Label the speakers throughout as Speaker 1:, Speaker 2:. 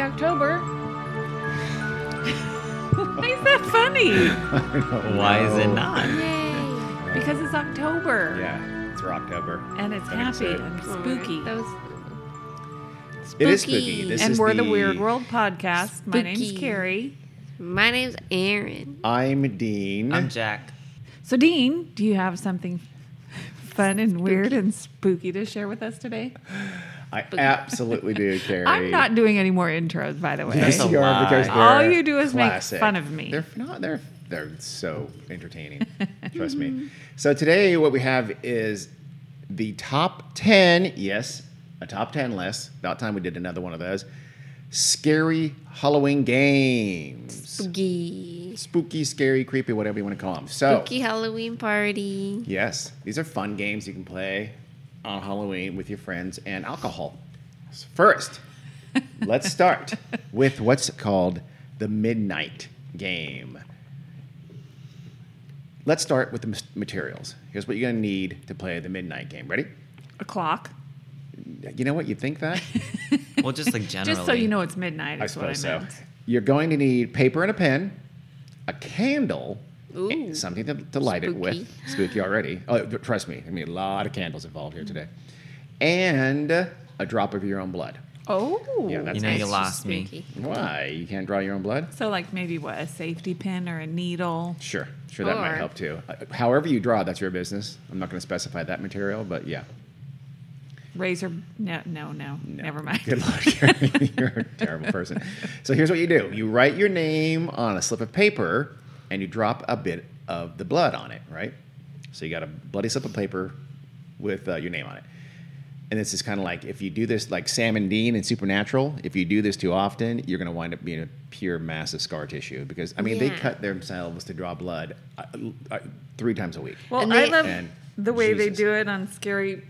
Speaker 1: October. Why is that funny?
Speaker 2: Why is it not?
Speaker 1: Yay! Because it's October.
Speaker 2: Yeah, it's Rocktober.
Speaker 1: And it's
Speaker 2: I'm
Speaker 1: happy
Speaker 2: excited.
Speaker 1: and
Speaker 3: All right.
Speaker 1: spooky.
Speaker 3: That was
Speaker 2: It is spooky. This
Speaker 1: and
Speaker 2: is
Speaker 1: we're the, Weird World Podcast. My name's
Speaker 3: Spooky.
Speaker 1: Carrie.
Speaker 3: my name's Aaron.
Speaker 2: I'm Dean.
Speaker 4: I'm Jack.
Speaker 1: So, Dean, do you have something fun and weird and spooky to share with us today?
Speaker 2: I absolutely do, Carrie.
Speaker 1: I'm not doing any more intros, by the way.
Speaker 2: Yes,
Speaker 4: That's a
Speaker 2: you are
Speaker 4: lie.
Speaker 2: because they're
Speaker 1: All you do is make
Speaker 2: classic.
Speaker 1: fun of me.
Speaker 2: They're not. They're they're so entertaining. trust me. So today, what we have is the top ten. Yes, a top ten list. About time we did another one of those. Scary Halloween games.
Speaker 3: Spooky.
Speaker 2: Spooky, scary, creepy, whatever you want to call them. So
Speaker 3: Spooky Halloween party.
Speaker 2: Yes, these are fun games you can play on Halloween with your friends and alcohol. First, let's start with what's called the midnight game. Let's start with the mas- materials. Here's what you're going to need to play the midnight game. Ready?
Speaker 1: A clock.
Speaker 2: You know what? You think that?
Speaker 4: Well, just like generally.
Speaker 1: Just so you know it's midnight
Speaker 2: I
Speaker 1: is what I
Speaker 2: suppose so.
Speaker 1: meant.
Speaker 2: You're going to need paper and a pen, a candle,
Speaker 3: Ooh.
Speaker 2: and something to, to light it with. Spooky already. Oh, th- trust me, I mean a lot of candles involved here today,
Speaker 1: Mm-hmm.
Speaker 2: and a drop of your own blood.
Speaker 1: Oh.
Speaker 2: Yeah, that's
Speaker 4: You know,
Speaker 3: That's
Speaker 4: you
Speaker 3: just
Speaker 4: lost me.
Speaker 3: spooky.
Speaker 2: Why you can't draw your own blood?
Speaker 1: So, like maybe what, a safety pin or a needle?
Speaker 2: Sure, sure that might
Speaker 3: Or-
Speaker 2: help too. Uh, However you draw, that's your business. I'm not going to specify that material, but yeah.
Speaker 1: Razor? No, no, no. Never mind.
Speaker 2: Good luck. Gary. You're a terrible person. So here's what you do: you write your name on a slip of paper, and you drop a bit of the blood on it. Right. So you got a bloody slip of paper with uh, your name on it. And this is kind of like if you do this, like Sam and Dean and Supernatural. If you do this too often, you're going to wind up being a pure mass of scar tissue because I mean they
Speaker 3: Yeah.
Speaker 2: cut themselves to draw blood uh, uh, three times a week.
Speaker 1: Well,
Speaker 3: And
Speaker 1: I
Speaker 3: they-
Speaker 1: love
Speaker 2: And
Speaker 1: the way
Speaker 2: Jesus.
Speaker 1: they do it on scary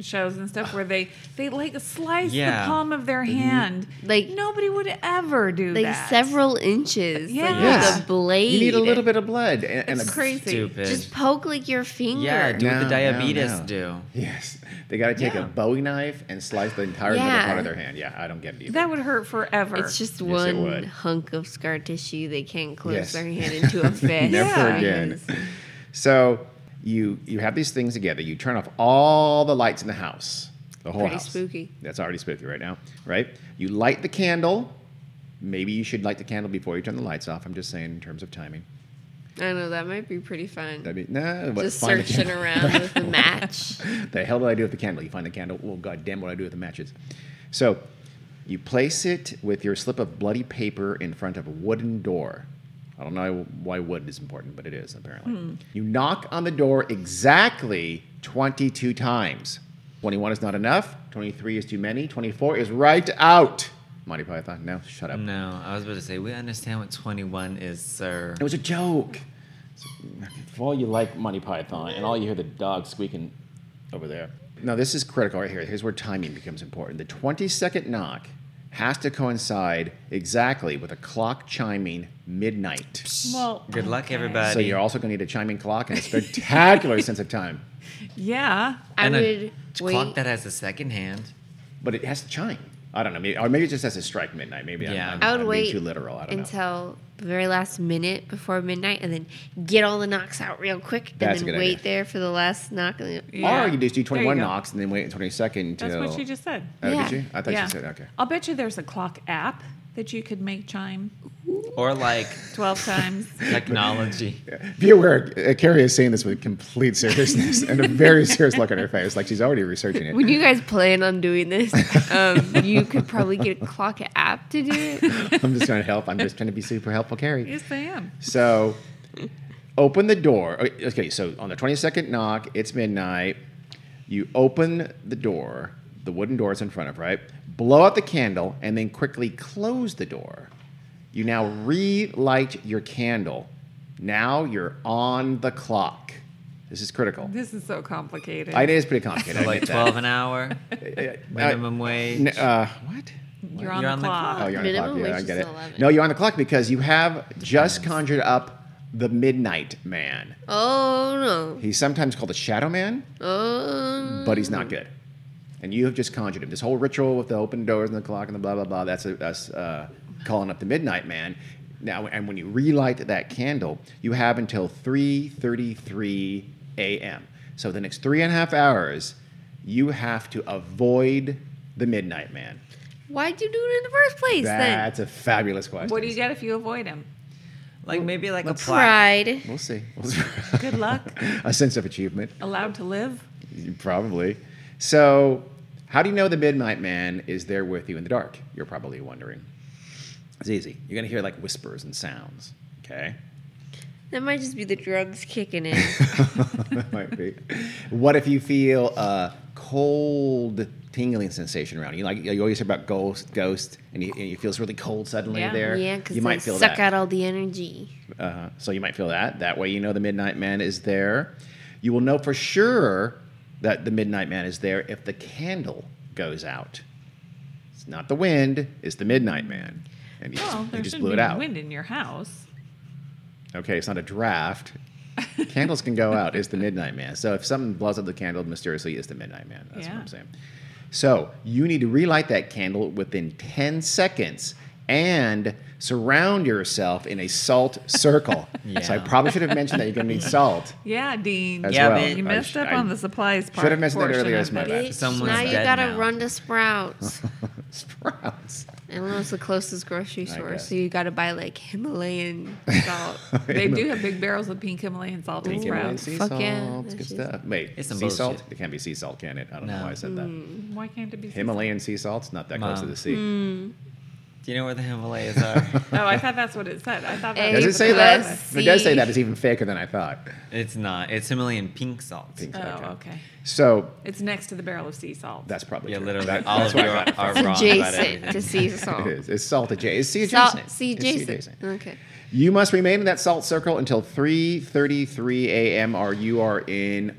Speaker 1: shows and stuff, where they they like slice
Speaker 4: Yeah.
Speaker 1: the palm of their
Speaker 2: Mm-hmm.
Speaker 1: hand.
Speaker 3: Like-
Speaker 1: nobody would ever do
Speaker 3: Like
Speaker 1: that.
Speaker 3: several inches. Yeah. Like
Speaker 1: Yeah.
Speaker 3: with a blade.
Speaker 2: you need a little bit of blood and, and
Speaker 1: It's
Speaker 2: a
Speaker 1: crazy.
Speaker 4: Stupid.
Speaker 3: Just poke like your finger.
Speaker 4: yeah, do what
Speaker 2: No, no,
Speaker 4: the diabetes
Speaker 2: no.
Speaker 4: do.
Speaker 2: Yes, they got to take a
Speaker 4: Yeah.
Speaker 2: Bowie knife and slice the entire middle
Speaker 3: Yeah.
Speaker 2: part of their hand. Yeah, I don't get it. Either.
Speaker 1: That would hurt forever.
Speaker 3: It's just
Speaker 2: Yes, it
Speaker 3: one
Speaker 2: would.
Speaker 3: hunk of scar tissue. They can't close
Speaker 2: Yes.
Speaker 3: their hand into a fist.
Speaker 2: Never
Speaker 1: Yeah.
Speaker 2: again. So you you have these things together. You turn off all the lights in the house, the whole
Speaker 3: Pretty
Speaker 2: house.
Speaker 3: spooky.
Speaker 2: That's already spooky right now, right? You light the candle. Maybe you should light the candle before you turn the lights off. I'm just saying in terms of timing.
Speaker 3: I know that might be pretty fun.
Speaker 2: I mean, nah, what,
Speaker 3: just
Speaker 2: find the
Speaker 3: searching
Speaker 2: candle.
Speaker 3: around with a match.
Speaker 2: the hell do I do with the candle? You find the candle. Well, god damn what I do with the matches. So you place it with your slip of bloody paper in front of a wooden door. I don't know why wood is important, but it is apparently. You knock on the door exactly 22 times. 21 is not enough. 23 is too many. 24 is right out. Monty Python. No, shut up.
Speaker 4: No, I was about to say, we understand what 21 is, sir.
Speaker 2: It was a joke. For all you like Monty Python and all you hear the dog squeaking over there. Now, this is critical right here. Here's where timing becomes important. The 20 second knock has to coincide exactly with a clock chiming midnight.
Speaker 1: well,
Speaker 4: Good luck,
Speaker 1: okay.
Speaker 4: everybody.
Speaker 2: So, you're also going to need a chiming clock and a spectacular sense of time.
Speaker 1: Yeah,
Speaker 3: I
Speaker 4: And
Speaker 3: would
Speaker 4: a
Speaker 3: wait.
Speaker 4: clock that has a second hand.
Speaker 2: But it has to chime. I don't know. Maybe, or maybe it just has to strike midnight. Maybe I'm-
Speaker 4: Yeah.
Speaker 2: I'm,
Speaker 3: I would
Speaker 2: I'm
Speaker 3: wait
Speaker 2: being too literal. I don't know.
Speaker 3: until the very last minute before midnight, and then get all the knocks out real quick,
Speaker 2: That's a
Speaker 3: and then
Speaker 2: good
Speaker 3: wait
Speaker 2: idea.
Speaker 3: there for the last knock. And then,
Speaker 1: Yeah.
Speaker 2: Or you
Speaker 1: There
Speaker 2: just do
Speaker 1: you
Speaker 2: 21
Speaker 1: go.
Speaker 2: knocks and then wait 20 seconds until.
Speaker 1: that's what she just said.
Speaker 2: Oh, did
Speaker 3: Yeah.
Speaker 2: you? I thought
Speaker 1: yeah.
Speaker 2: she said, okay.
Speaker 1: I'll bet you there's a clock app that you could make chime
Speaker 4: Or like
Speaker 1: 12 times.
Speaker 4: technology.
Speaker 2: Be aware, uh, Carrie is saying this with complete seriousness and a very serious look on her face, like she's already researching it.
Speaker 3: When you guys plan on doing this, um, you could probably get a clock app to do it.
Speaker 2: I'm just trying to help. I'm just trying to be super helpful, Carrie.
Speaker 1: yes, I am.
Speaker 2: So, open the door. Okay, okay, so on the 22nd knock, it's midnight. You open the door, the wooden door is in front of, right? Blow out the candle and then quickly close the door. You now relight your candle. Now you're on the clock. This is critical.
Speaker 1: This is so complicated.
Speaker 2: I know it's pretty complicated. I
Speaker 4: like
Speaker 2: get that.
Speaker 4: 12 an hour, minimum wage.
Speaker 2: N- uh, what?
Speaker 1: you're on
Speaker 4: You're
Speaker 1: the
Speaker 4: on the
Speaker 1: clock.
Speaker 2: Oh, you're on the clock.
Speaker 3: Minimum
Speaker 2: Yeah,
Speaker 3: wage
Speaker 2: I get
Speaker 3: is
Speaker 2: it.
Speaker 3: 11.
Speaker 2: No, you're on the clock because you have just conjured up the Midnight Man.
Speaker 3: Oh no!
Speaker 2: He's sometimes called the Shadow Man,
Speaker 3: Oh,
Speaker 1: Mm.
Speaker 2: but he's not good. and you have just conjured him. This whole ritual with the open doors and the clock and the blah blah blah. That's us uh, calling up the midnight man. Now, and when you relight that candle, you have until 3:33 a.m. So the next three and a half hours, you have to avoid the midnight man.
Speaker 3: Why'd you do it in the first place then?
Speaker 2: That's a fabulous question.
Speaker 1: What do you get if you avoid him?
Speaker 4: Like maybe like a plot.
Speaker 3: Pride.
Speaker 2: We'll see.
Speaker 1: Good luck.
Speaker 2: a sense of achievement.
Speaker 1: Allowed to live?
Speaker 2: Probably. So, how do you know the Midnight Man is there with you in the dark? You're probably wondering. It's easy. You're going to hear like whispers and sounds. Okay.
Speaker 3: That might just be the drugs kicking in.
Speaker 2: that might be. What if you feel a cold tingling sensation around you? Like you always hear about ghost, ghost, and you, and you feel really cold suddenly
Speaker 1: Yeah.
Speaker 2: there.
Speaker 3: yeah, because
Speaker 2: you
Speaker 3: they
Speaker 2: might feel
Speaker 3: suck
Speaker 2: that.
Speaker 3: out all the energy.
Speaker 2: Uh, so you might feel that. That way, you know the Midnight Man is there. You will know for sure that the Midnight Man is there if the candle goes out. It's not the wind; it's the Midnight Man, and you
Speaker 1: Well,
Speaker 2: just, you
Speaker 1: there
Speaker 2: just
Speaker 1: should
Speaker 2: blew
Speaker 1: be
Speaker 2: it out.
Speaker 1: wind in your house.
Speaker 2: Okay, it's not a draft. Candles can go out. It's the Midnight Man. So if something blows up the candle mysteriously, it's the Midnight Man. That's what
Speaker 1: Yeah.
Speaker 2: I'm saying. So you need to relight that candle within 10 seconds and surround yourself in a salt circle. So I
Speaker 4: Yeah.
Speaker 2: probably should have mentioned that you're going to need salt.
Speaker 1: Yeah, Dean.
Speaker 2: As
Speaker 4: Yeah,
Speaker 2: well.
Speaker 4: man.
Speaker 1: You
Speaker 2: I
Speaker 1: messed
Speaker 2: sh-
Speaker 1: up
Speaker 2: I
Speaker 1: on the supplies part.
Speaker 2: should have mentioned that
Speaker 1: portion
Speaker 2: earlier.
Speaker 1: of
Speaker 2: It's my
Speaker 1: it.
Speaker 2: bad.
Speaker 3: Bitch,
Speaker 4: Someone's
Speaker 3: now you
Speaker 4: dead
Speaker 3: gotta
Speaker 4: now.
Speaker 3: run to Sprouts.
Speaker 2: Sprouts.
Speaker 3: I don't know it's the closest grocery store,
Speaker 2: guess.
Speaker 3: so you gotta buy like Himalayan salt.
Speaker 1: They do have big barrels of pink Himalayan salt and
Speaker 2: Pink Himalayan
Speaker 1: sprouts.
Speaker 2: sea
Speaker 3: Fuck yeah,
Speaker 2: salt.
Speaker 3: that's
Speaker 2: Good
Speaker 3: just-
Speaker 2: stuff. Wait,
Speaker 4: It's some
Speaker 2: sea salt?
Speaker 4: bullshit.
Speaker 2: It can't be sea salt, can it? I don't know
Speaker 4: No.
Speaker 2: why I said that.
Speaker 1: Why can't it be sea
Speaker 2: Himalayan sea salt's not that close to
Speaker 4: Mom.
Speaker 2: the sea.
Speaker 4: Do you know where the Himalayas are?
Speaker 1: salt? Oh, I thought that's what it said. I thought that
Speaker 3: Hey,
Speaker 1: was
Speaker 2: Does it
Speaker 1: the
Speaker 2: say that?
Speaker 1: class.
Speaker 2: If it does say
Speaker 3: See?
Speaker 2: that, it's even faker than I thought.
Speaker 4: it's not. It's Himalayan pink salt.
Speaker 2: Pink. Okay.
Speaker 1: Oh, okay.
Speaker 2: So
Speaker 1: It's next to the barrel of sea salt.
Speaker 2: that's probably
Speaker 4: Yeah,
Speaker 2: true.
Speaker 4: literally.
Speaker 2: That-
Speaker 4: all
Speaker 2: that's
Speaker 4: of you
Speaker 2: what
Speaker 4: are,
Speaker 2: I got.
Speaker 4: are wrong about
Speaker 3: Adjacent to
Speaker 4: everything.
Speaker 3: sea salt.
Speaker 2: It is. It's salt adjacent. It's sea
Speaker 3: Salt,
Speaker 2: adjacent.
Speaker 3: sea
Speaker 2: It's sea
Speaker 3: adjacent. Okay.
Speaker 2: You must remain in that salt circle until 3:33 a.m. or you are in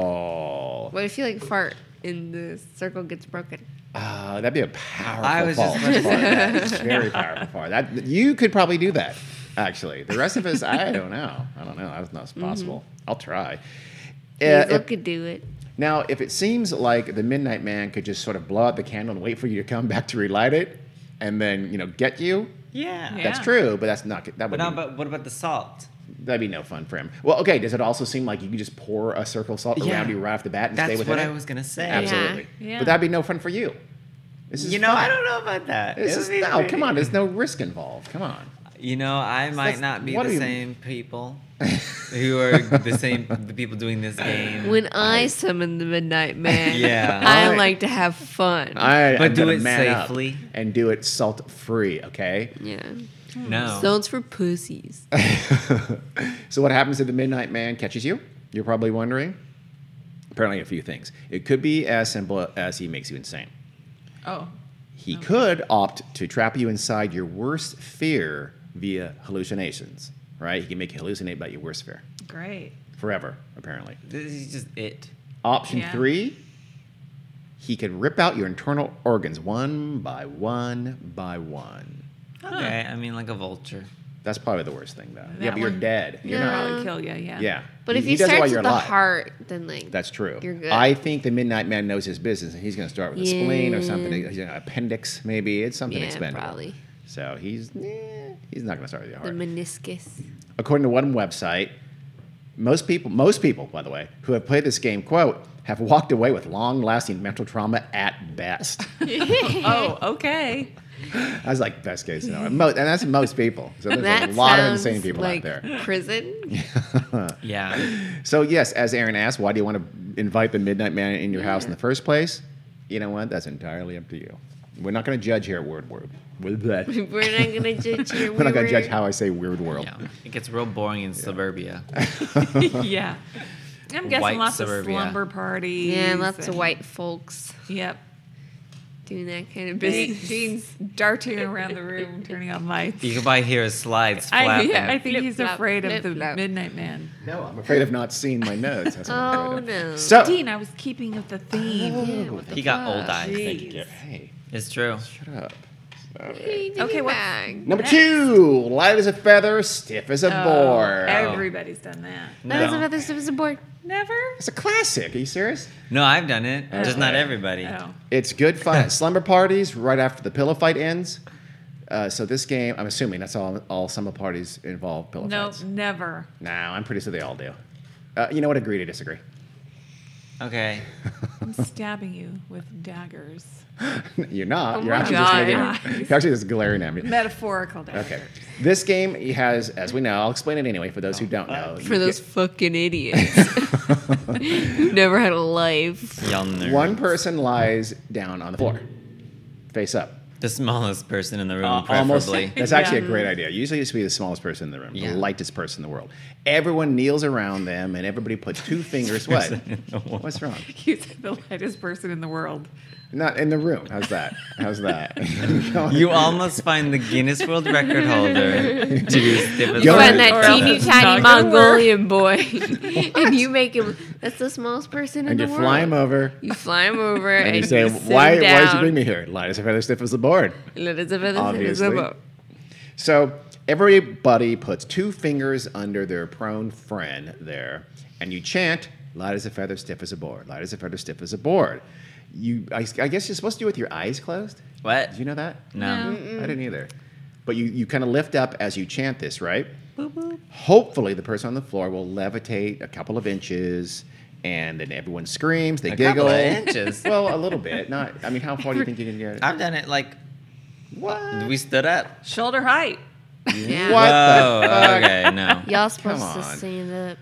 Speaker 2: trouble.
Speaker 3: What if you like fart and the circle gets broken?
Speaker 2: Ah, that'd be a powerful
Speaker 4: I was
Speaker 2: fall.
Speaker 4: just about to say
Speaker 2: That's very powerful fall. That you could probably do that. Actually, the rest of us, I don't know. I don't know. That's not
Speaker 3: Mm-hmm.
Speaker 2: possible. I'll try. Uh,
Speaker 3: Hazel
Speaker 2: if-
Speaker 3: could do it.
Speaker 2: Now, if it seems like the Midnight Man could just sort of blow out the candle and wait for you to come back to relight it, and then you know get you,
Speaker 4: Yeah.
Speaker 1: Yeah.
Speaker 2: that's true. But that's not that would
Speaker 4: But, now,
Speaker 2: be,
Speaker 4: but what about the salt?
Speaker 2: that'd be no fun for him. Well, okay. Does it also seem like you can just pour a circle of salt
Speaker 4: Yeah.
Speaker 2: around you right off the bat and stay
Speaker 4: That's
Speaker 2: with
Speaker 4: what
Speaker 2: it?
Speaker 4: I was gonna say.
Speaker 2: Absolutely.
Speaker 1: Yeah.
Speaker 2: But that'd be no fun for you. This is
Speaker 4: You know,
Speaker 2: fun.
Speaker 4: I don't know about that.
Speaker 2: This
Speaker 4: It
Speaker 2: is,
Speaker 4: would be
Speaker 2: no, come
Speaker 4: pretty-
Speaker 2: on. There's no risk involved. Come on.
Speaker 4: You know, I might
Speaker 2: that's-
Speaker 4: not be
Speaker 2: what
Speaker 4: the
Speaker 2: do you-
Speaker 4: same people who are the same the people doing this game.
Speaker 3: When I summon the Midnight Man,
Speaker 4: Yeah.
Speaker 3: I
Speaker 2: I-
Speaker 3: like to have fun.
Speaker 2: I
Speaker 4: But
Speaker 2: I'm
Speaker 4: do
Speaker 2: gonna
Speaker 4: it
Speaker 2: man up
Speaker 4: safely.
Speaker 2: and do it salt free. Okay.
Speaker 3: yeah.
Speaker 4: no.
Speaker 3: Zones for pussies.
Speaker 2: So what happens if the midnight man catches you? You're probably wondering. Apparently, a few things. It could be as simple as he makes you insane.
Speaker 1: Oh.
Speaker 2: He could opt to trap you inside your worst fear via hallucinations. Right? He can make you hallucinate about your worst fear
Speaker 1: Great.
Speaker 2: forever. Apparently.
Speaker 4: this is just it.
Speaker 2: Option
Speaker 1: Yeah.
Speaker 2: three. He can rip out your internal organs one by one by one.
Speaker 4: Okay, I mean like a vulture.
Speaker 2: That's probably the worst thing, though. yeah,
Speaker 1: That
Speaker 2: but you're
Speaker 1: one-
Speaker 2: dead. You're
Speaker 3: No.
Speaker 2: not.
Speaker 1: Probably kill you, yeah.
Speaker 2: Yeah.
Speaker 3: But
Speaker 2: He-
Speaker 3: if
Speaker 2: he
Speaker 3: you
Speaker 2: does it
Speaker 3: start
Speaker 2: while
Speaker 3: with
Speaker 2: you're
Speaker 3: the
Speaker 2: alive.
Speaker 3: heart, then like
Speaker 2: That's true.
Speaker 3: You're good.
Speaker 2: I think the Midnight Man knows his business, and he's going to start with a spleen or something, you know, appendix maybe. It's something
Speaker 3: yeah,
Speaker 2: expendable.
Speaker 3: probably
Speaker 2: So he's eh, he's not going to start with the
Speaker 3: the
Speaker 2: heart.
Speaker 3: meniscus.
Speaker 2: According to one website, most people, most people, by the way, who have played this game, quote, have walked away with long-lasting mental trauma at best.
Speaker 1: Oh, okay.
Speaker 2: I was like, best case scenario, Mo- and that's most people. So there's
Speaker 3: that
Speaker 2: a lot of
Speaker 3: sounds
Speaker 2: insane people
Speaker 3: like
Speaker 2: out there.
Speaker 3: Prison.
Speaker 4: Yeah.
Speaker 2: So yes, as Aaron asked, why do you want to invite the Midnight Man in your house in the first place? You know what? That's entirely up to you. We're not going to judge here at Word World. With that,
Speaker 3: We're not gonna judge your.
Speaker 2: we're not going
Speaker 3: weird-
Speaker 2: to judge how I say Weird World.
Speaker 4: Yeah. It gets real boring in suburbia.
Speaker 1: yeah. I'm guessing
Speaker 4: White
Speaker 1: lots
Speaker 4: suburbia.
Speaker 1: of slumber parties.
Speaker 3: Yeah, lots of
Speaker 1: and-
Speaker 3: white folks
Speaker 1: Yep.
Speaker 3: doing that kind of
Speaker 1: Jean-
Speaker 3: business.
Speaker 1: Jean's darting around the room, turning on lights.
Speaker 4: You can probably hear his slides
Speaker 1: I,
Speaker 4: flapping.
Speaker 1: I think he's
Speaker 3: Flip-flop,
Speaker 1: afraid of the
Speaker 3: flip-flop.
Speaker 1: Midnight Man.
Speaker 2: No, I'm afraid of not seeing my notes. That's what I'm
Speaker 3: Oh
Speaker 2: afraid of.
Speaker 3: no.
Speaker 2: So,
Speaker 1: Dean, I was keeping with the theme.
Speaker 2: Oh,
Speaker 3: Yeah, what the
Speaker 4: he got
Speaker 3: fuck?
Speaker 4: old eyes.
Speaker 1: Jeez.
Speaker 2: hey, Oh.
Speaker 4: It's true.
Speaker 2: shut up.
Speaker 3: Hey, Diggy
Speaker 1: Okay, what-
Speaker 3: Mag.
Speaker 2: Number two, light as a feather, stiff as a
Speaker 3: Oh.
Speaker 2: board.
Speaker 1: Everybody's done that.
Speaker 3: That is
Speaker 4: No.
Speaker 3: another step is a board.
Speaker 1: Never?
Speaker 2: It's a classic. Are you serious?
Speaker 4: No, I've done it. Just not everybody.
Speaker 1: Oh.
Speaker 2: It's good fun at slumber parties right after the pillow fight ends. Uh, so this game, I'm assuming that's all. All summer parties involve pillow
Speaker 1: No,
Speaker 2: fights.
Speaker 1: never.
Speaker 2: No, I'm pretty sure they all do. Uh, you know what? Agree to disagree.
Speaker 4: Okay.
Speaker 1: I'm stabbing you with daggers.
Speaker 2: You're not.
Speaker 3: Oh
Speaker 2: you're
Speaker 3: my
Speaker 2: actually
Speaker 3: God.
Speaker 2: just making. You're actually just glaring at me.
Speaker 1: Metaphorical daggers.
Speaker 2: Okay. This game has, as we know, I'll explain it anyway for those who don't know. You
Speaker 3: For those
Speaker 2: get-
Speaker 3: fucking idiots who've never had a life.
Speaker 4: Y'all nerds.
Speaker 2: one person lies down on the floor, face up.
Speaker 4: The smallest person in the room,
Speaker 2: Uh, almost.
Speaker 4: preferably.
Speaker 2: That's actually
Speaker 1: Yeah.
Speaker 2: a great idea. Usually, it used to be the smallest person in the room,
Speaker 4: Yeah.
Speaker 2: the lightest person in the world. Everyone kneels around them, and everybody puts two fingers. What? What's wrong?
Speaker 1: You said the lightest person in the world.
Speaker 2: Not in the room. How's that? How's that?
Speaker 4: You almost find the Guinness World Record holder to do stiff as
Speaker 2: You
Speaker 4: fuck.
Speaker 3: Find
Speaker 2: find Or
Speaker 3: that
Speaker 2: else
Speaker 3: teeny
Speaker 1: it's not
Speaker 3: tiny
Speaker 1: gonna
Speaker 3: Mongolian boy, and you make him. That's the smallest person in
Speaker 2: and
Speaker 3: the
Speaker 2: you
Speaker 3: world.
Speaker 2: fly him over,
Speaker 3: You fly him over,
Speaker 2: and
Speaker 3: and,
Speaker 2: you say,
Speaker 3: sit
Speaker 2: "Why? Why
Speaker 3: Down.
Speaker 2: did you bring me here? Light as a feather, stiff as a board."
Speaker 3: Let us have a-
Speaker 2: Obviously.
Speaker 3: have a-
Speaker 2: So everybody puts two fingers under their prone friend there, and you chant, light as a feather, stiff as a board, light as a feather, stiff as a board. You, I, I guess you're supposed to do it with your eyes closed.
Speaker 4: What?
Speaker 2: Did you know that?
Speaker 4: No.
Speaker 2: I didn't either. But you, you kind of lift up as you chant this, right? Hopefully, the person on the floor will levitate a couple of inches, and then everyone screams, they
Speaker 4: A
Speaker 2: giggle.
Speaker 4: couple of inches.
Speaker 2: Well, a little bit. Not. I mean, how far do you think you can get?
Speaker 4: I've done it like
Speaker 2: What?
Speaker 4: we stood up.
Speaker 1: Shoulder height.
Speaker 3: Yeah.
Speaker 2: What
Speaker 4: Whoa.
Speaker 2: the fuck?
Speaker 4: Okay. No.
Speaker 3: Y'all supposed
Speaker 2: Come
Speaker 3: to
Speaker 2: on.
Speaker 3: stand up.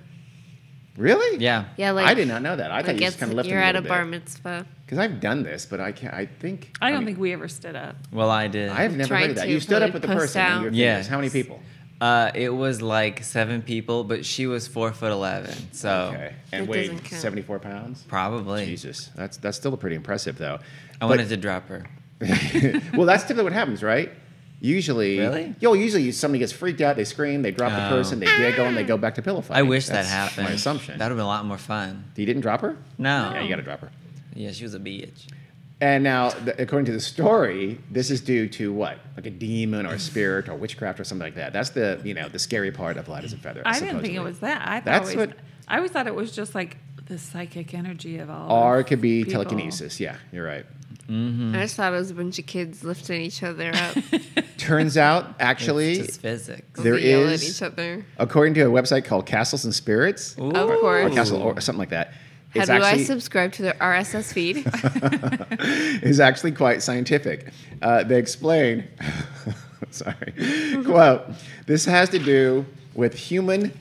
Speaker 2: Really?
Speaker 4: Yeah.
Speaker 3: Yeah, like
Speaker 2: I did not know that. I
Speaker 3: I
Speaker 2: thought you
Speaker 3: guess
Speaker 2: just kind of left
Speaker 3: you're at a bar mitzvah.
Speaker 2: Because I've done this, but I can't. I think.
Speaker 1: I don't
Speaker 2: mean,
Speaker 1: think we ever stood up.
Speaker 4: Well, I did.
Speaker 2: I've never
Speaker 3: Tried
Speaker 2: heard of that.
Speaker 3: to
Speaker 2: You stood up
Speaker 3: probably
Speaker 2: with the
Speaker 3: post
Speaker 2: person. And your
Speaker 3: out.
Speaker 2: fingers.
Speaker 4: Yeah.
Speaker 2: How many people?
Speaker 4: Uh, it was like seven people, but she was four foot eleven, so
Speaker 2: Okay. And
Speaker 3: Oh. That doesn't
Speaker 2: weighed
Speaker 3: count.
Speaker 2: 74 pounds.
Speaker 4: probably
Speaker 2: Jesus, that's that's still pretty impressive though.
Speaker 4: I wanted to drop her.
Speaker 2: to. well, that's typically what happens, right? Usually,
Speaker 4: Really?
Speaker 2: Yo, usually somebody gets freaked out, they scream, they drop the
Speaker 4: Oh.
Speaker 2: person, they giggle, and they go back to pillow fight.
Speaker 4: I wish that
Speaker 2: That's
Speaker 4: happened. Oh.
Speaker 2: My assumption.
Speaker 4: That'd have been a lot more fun.
Speaker 2: you didn't drop her?
Speaker 4: No.
Speaker 2: Yeah, you got to drop her.
Speaker 4: Yeah, she was a bitch.
Speaker 2: And now, th- according to the story, this is due to what, like a demon or a spirit or witchcraft or something like that. That's the you know the scary part of light as a feather.
Speaker 1: I didn't think
Speaker 2: supposedly.
Speaker 1: it was that. I thought
Speaker 2: That's
Speaker 1: always,
Speaker 2: what-
Speaker 1: I always thought it was just like the psychic energy of all.
Speaker 2: Or it
Speaker 1: of
Speaker 2: could be
Speaker 1: people.
Speaker 2: telekinesis. Yeah, you're right. Mm.
Speaker 3: I just thought it was a bunch of kids lifting each other up.
Speaker 2: Turns out,
Speaker 4: It's
Speaker 2: actually,
Speaker 4: just physics.
Speaker 2: There
Speaker 3: They yell at
Speaker 2: is-
Speaker 3: each other.
Speaker 2: according to a website called Castles and Spirits,
Speaker 4: Ooh.
Speaker 3: Of
Speaker 2: or
Speaker 3: course.
Speaker 2: Castle or something like that.
Speaker 3: How
Speaker 2: it's
Speaker 3: do I
Speaker 2: actually,
Speaker 3: subscribe to the RSS feed? Oh
Speaker 2: is actually quite scientific. Uh, they explain, sorry, quote, this has to do with human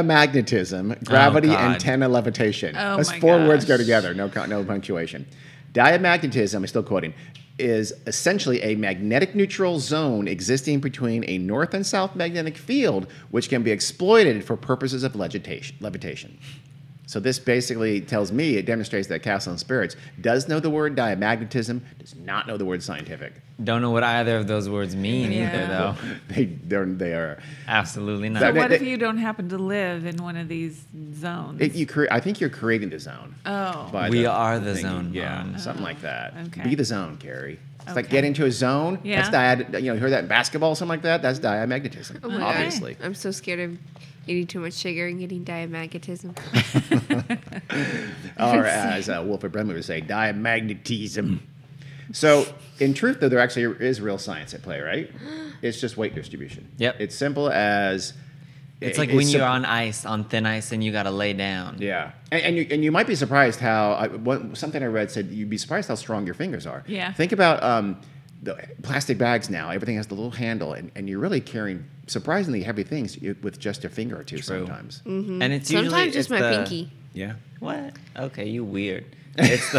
Speaker 2: diamagnetism, gravity, and
Speaker 4: God.
Speaker 2: antenna levitation.
Speaker 1: Oh
Speaker 2: Those
Speaker 1: my
Speaker 2: four words go
Speaker 1: gosh.
Speaker 2: together, no, co- no punctuation. Diamagnetism, I'm still quoting, is essentially a magnetic neutral zone existing between a north and south magnetic field, which can be exploited for purposes of legitation, levitation. So this basically tells me it demonstrates that Castle and Spirits does know the word diamagnetism, does not know the word scientific.
Speaker 4: Don't know what either of those words mean either,
Speaker 1: Yeah.
Speaker 4: though.
Speaker 2: They they're, they are.
Speaker 4: Absolutely not.
Speaker 1: So
Speaker 2: That-
Speaker 1: what if
Speaker 2: that-
Speaker 1: you don't happen to live in one of these zones?
Speaker 2: It, you cre- I think you're creating the zone.
Speaker 1: oh,
Speaker 2: by
Speaker 4: We are the
Speaker 2: thinking.
Speaker 4: zone,
Speaker 2: Yeah,
Speaker 4: Mom.
Speaker 2: something like that.
Speaker 1: okay.
Speaker 2: Be the zone, Carrie. It's like
Speaker 1: Okay.
Speaker 2: get into a zone.
Speaker 1: Yeah.
Speaker 2: That's di- you know, you heard that in basketball, something like that. That's diamagnetism,
Speaker 3: Oh my God.
Speaker 2: obviously.
Speaker 3: I'm so scared of eating too much sugar and getting diamagnetism.
Speaker 2: or as uh, Wilfred Brimley would say, diamagnetism. So, in truth, though, there actually is real science at play, right? It's just weight distribution.
Speaker 4: Yep.
Speaker 2: It's simple as.
Speaker 4: it's
Speaker 2: it-
Speaker 4: like when
Speaker 2: it's
Speaker 4: you're
Speaker 2: sim-
Speaker 4: on ice, on thin ice, and you gotta lay down.
Speaker 2: Yeah, and, and you and you might be surprised how I, one, something I read said you'd be surprised how strong your fingers are.
Speaker 1: Yeah.
Speaker 2: Think about um, the plastic bags now. Everything has the little handle, and, and you're really carrying surprisingly heavy things you- with just a finger or two
Speaker 4: True. Mm.
Speaker 2: sometimes.
Speaker 4: And it's usually
Speaker 3: Mm-hmm. Sometimes just
Speaker 4: it's
Speaker 3: my
Speaker 4: the-
Speaker 3: pinky.
Speaker 2: Yeah.
Speaker 4: What? Okay, you weird. It's the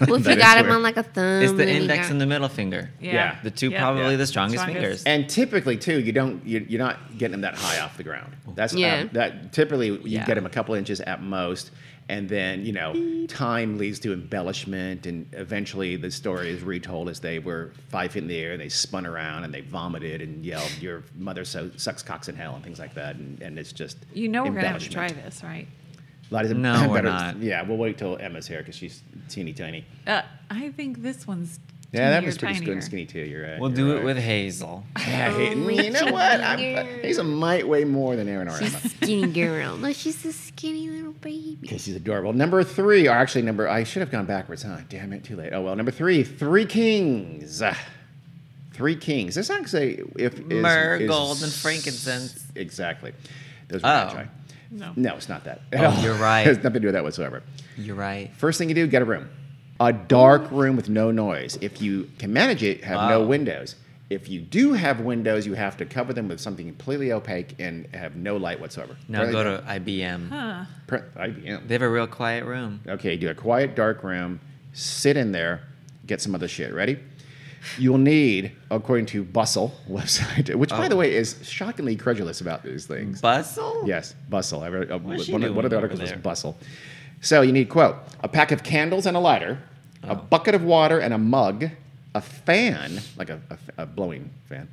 Speaker 3: Well, if
Speaker 2: That
Speaker 3: you
Speaker 2: is
Speaker 3: got him
Speaker 2: weird.
Speaker 3: on like a thumb,
Speaker 4: it's the
Speaker 3: then you
Speaker 4: index
Speaker 3: got-
Speaker 4: and the middle finger.
Speaker 1: yeah.
Speaker 2: yeah,
Speaker 4: The two
Speaker 1: Yeah.
Speaker 4: probably
Speaker 2: Yeah.
Speaker 4: the strongest,
Speaker 1: Strongest.
Speaker 4: fingers.
Speaker 2: And typically too, you don't you, you're not getting them that high off the ground. That's
Speaker 3: Yeah.
Speaker 2: um, that typically you
Speaker 4: Yeah.
Speaker 2: get them a couple inches at most, and then you know time leads to embellishment, and eventually the story is retold as they were five feet in the air, and they spun around, and they vomited and yelled, "Your mother so, sucks cocks in hell," and things like that, and, and it's just
Speaker 1: You know we're gonna have to try
Speaker 2: embellishment.
Speaker 1: this, right?
Speaker 2: Lot of-
Speaker 4: No, we're
Speaker 2: better-
Speaker 4: not.
Speaker 2: Yeah, we'll wait till Emma's here because she's teeny tiny.
Speaker 1: Uh, I think this one's
Speaker 2: Yeah, that
Speaker 1: Tiny
Speaker 2: was
Speaker 1: or
Speaker 2: pretty good
Speaker 1: tinier.
Speaker 2: and skinny too. You're right.
Speaker 4: We'll
Speaker 2: you're
Speaker 4: do it
Speaker 2: right.
Speaker 4: with Hazel.
Speaker 2: Yeah, hey,
Speaker 3: Only
Speaker 2: you know what? I'm,
Speaker 3: tinier.
Speaker 2: Hazel might weigh more than Aaron or
Speaker 3: She's
Speaker 2: Emma
Speaker 3: a skinny girl. No, she's a skinny little baby.
Speaker 2: because she's adorable. Number three, or actually number, I should have gone backwards, huh? Damn it, too late. Oh well. Number three, Three Kings. Three Kings. This actually, if is,
Speaker 4: Myrrh,
Speaker 2: is-
Speaker 4: gold, and frankincense.
Speaker 2: Exactly. Those
Speaker 4: Oh.
Speaker 2: magi.
Speaker 1: No.
Speaker 2: No, it's not that.
Speaker 4: Oh, you're right.
Speaker 2: it has nothing to do with that whatsoever.
Speaker 4: You're right.
Speaker 2: First thing you do, get a room. A dark room with no noise. If you can manage it, have no
Speaker 4: Wow.
Speaker 2: windows. If you do have windows, you have to cover them with something completely opaque and have no light whatsoever.
Speaker 4: Now go to IBM.
Speaker 1: Huh.
Speaker 2: Pre- IBM.
Speaker 4: They have a real quiet room.
Speaker 2: Okay, do a quiet, dark room, sit in there, get some other shit. Ready? You'll need, according to Bustle website, which
Speaker 4: Oh.
Speaker 2: by the way is shockingly credulous about these things.
Speaker 4: Bustle?
Speaker 2: Yes, bustle. I read, uh,
Speaker 4: What's she
Speaker 2: one, of- one of the
Speaker 4: doing
Speaker 2: articles
Speaker 4: over
Speaker 2: was
Speaker 4: there?
Speaker 2: bustle. So you need quote a pack of candles and a lighter,
Speaker 4: Oh.
Speaker 2: a bucket of water and a mug, a fan like a, a- a blowing fan,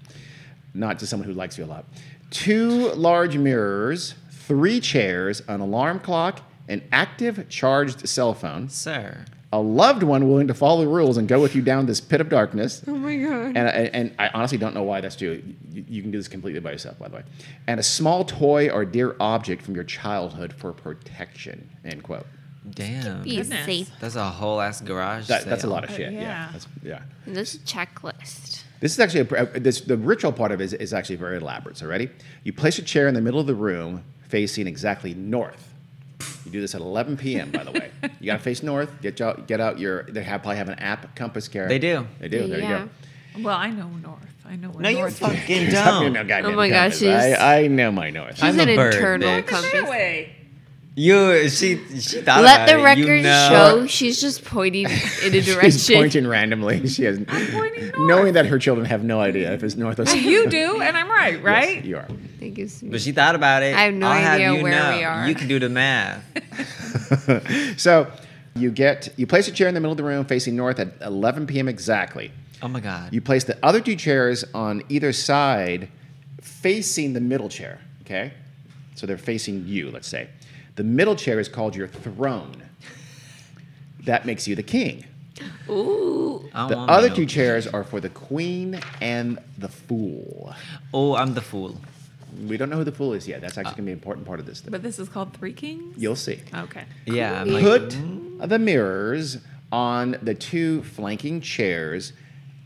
Speaker 2: not to someone who likes you a lot, two large mirrors, three chairs, an alarm clock, an active charged cell phone,
Speaker 4: Sir.
Speaker 2: a loved one willing to follow the rules and go with you down this pit of darkness.
Speaker 3: Oh my god.
Speaker 2: And, and, and I honestly don't know why that's due. You, you can do this completely by yourself, by the way. And a small toy or dear object from your childhood for protection. End quote.
Speaker 4: Damn.
Speaker 3: Be
Speaker 1: Goodness.
Speaker 3: safe.
Speaker 4: That's a whole ass garage.
Speaker 2: That, that's a
Speaker 4: sale.
Speaker 2: lot of shit. Yeah.
Speaker 1: Yeah.
Speaker 2: That's, yeah.
Speaker 3: And There's a checklist.
Speaker 2: This is actually a, pr- uh, this, the ritual part of it is, is actually very elaborate. So ready? You place a chair in the middle of the room, facing exactly north. You do this at 11 p.m. By the way, you gotta face north. Get out, get out your. They have, probably have an app compass care.
Speaker 4: They do.
Speaker 2: They do. There
Speaker 3: Yeah.
Speaker 2: you go.
Speaker 1: Well, I know north. I know where
Speaker 4: No, you
Speaker 1: north
Speaker 4: fucking
Speaker 2: Stop
Speaker 4: don't.
Speaker 2: giving me a
Speaker 3: Oh my
Speaker 2: goddamn
Speaker 3: gosh,
Speaker 2: compass.
Speaker 3: she's-
Speaker 2: I, I know my north.
Speaker 3: She's
Speaker 4: I'm a
Speaker 3: an
Speaker 4: bird,
Speaker 3: internal
Speaker 4: bitch.
Speaker 3: compass.
Speaker 4: You, she, she thought
Speaker 3: Let
Speaker 4: about
Speaker 3: the
Speaker 4: it.
Speaker 3: record
Speaker 4: you know.
Speaker 3: show she's just pointing in a direction.
Speaker 2: She's pointing randomly. She has
Speaker 1: pointing
Speaker 2: knowing that her children have no idea if it's north or south.
Speaker 1: You do, and I'm right,
Speaker 2: Yes,
Speaker 1: right?
Speaker 2: you are.
Speaker 3: That gives me-
Speaker 4: But she thought about it.
Speaker 3: I have no
Speaker 4: I'll
Speaker 3: idea
Speaker 4: you
Speaker 3: where
Speaker 4: know.
Speaker 3: we are.
Speaker 4: You can do the math.
Speaker 2: So you get you place a chair in the middle of the room facing north at 11 p.m. exactly.
Speaker 4: Oh my god.
Speaker 2: You place the other two chairs on either side facing the middle chair, okay? So they're facing you, let's say. The middle chair is called your throne. That makes you the king.
Speaker 3: Ooh.
Speaker 4: I don't
Speaker 2: The
Speaker 4: want
Speaker 2: other
Speaker 4: no-
Speaker 2: two chairs are for the queen and the fool.
Speaker 4: Oh, I'm the fool.
Speaker 2: We don't know who the fool is yet. That's actually going to be an important part of this thing.
Speaker 1: But this is called Three Kings?
Speaker 2: You'll see.
Speaker 1: Okay.
Speaker 4: Yeah. I'm like,
Speaker 2: Put the mirrors on the two flanking chairs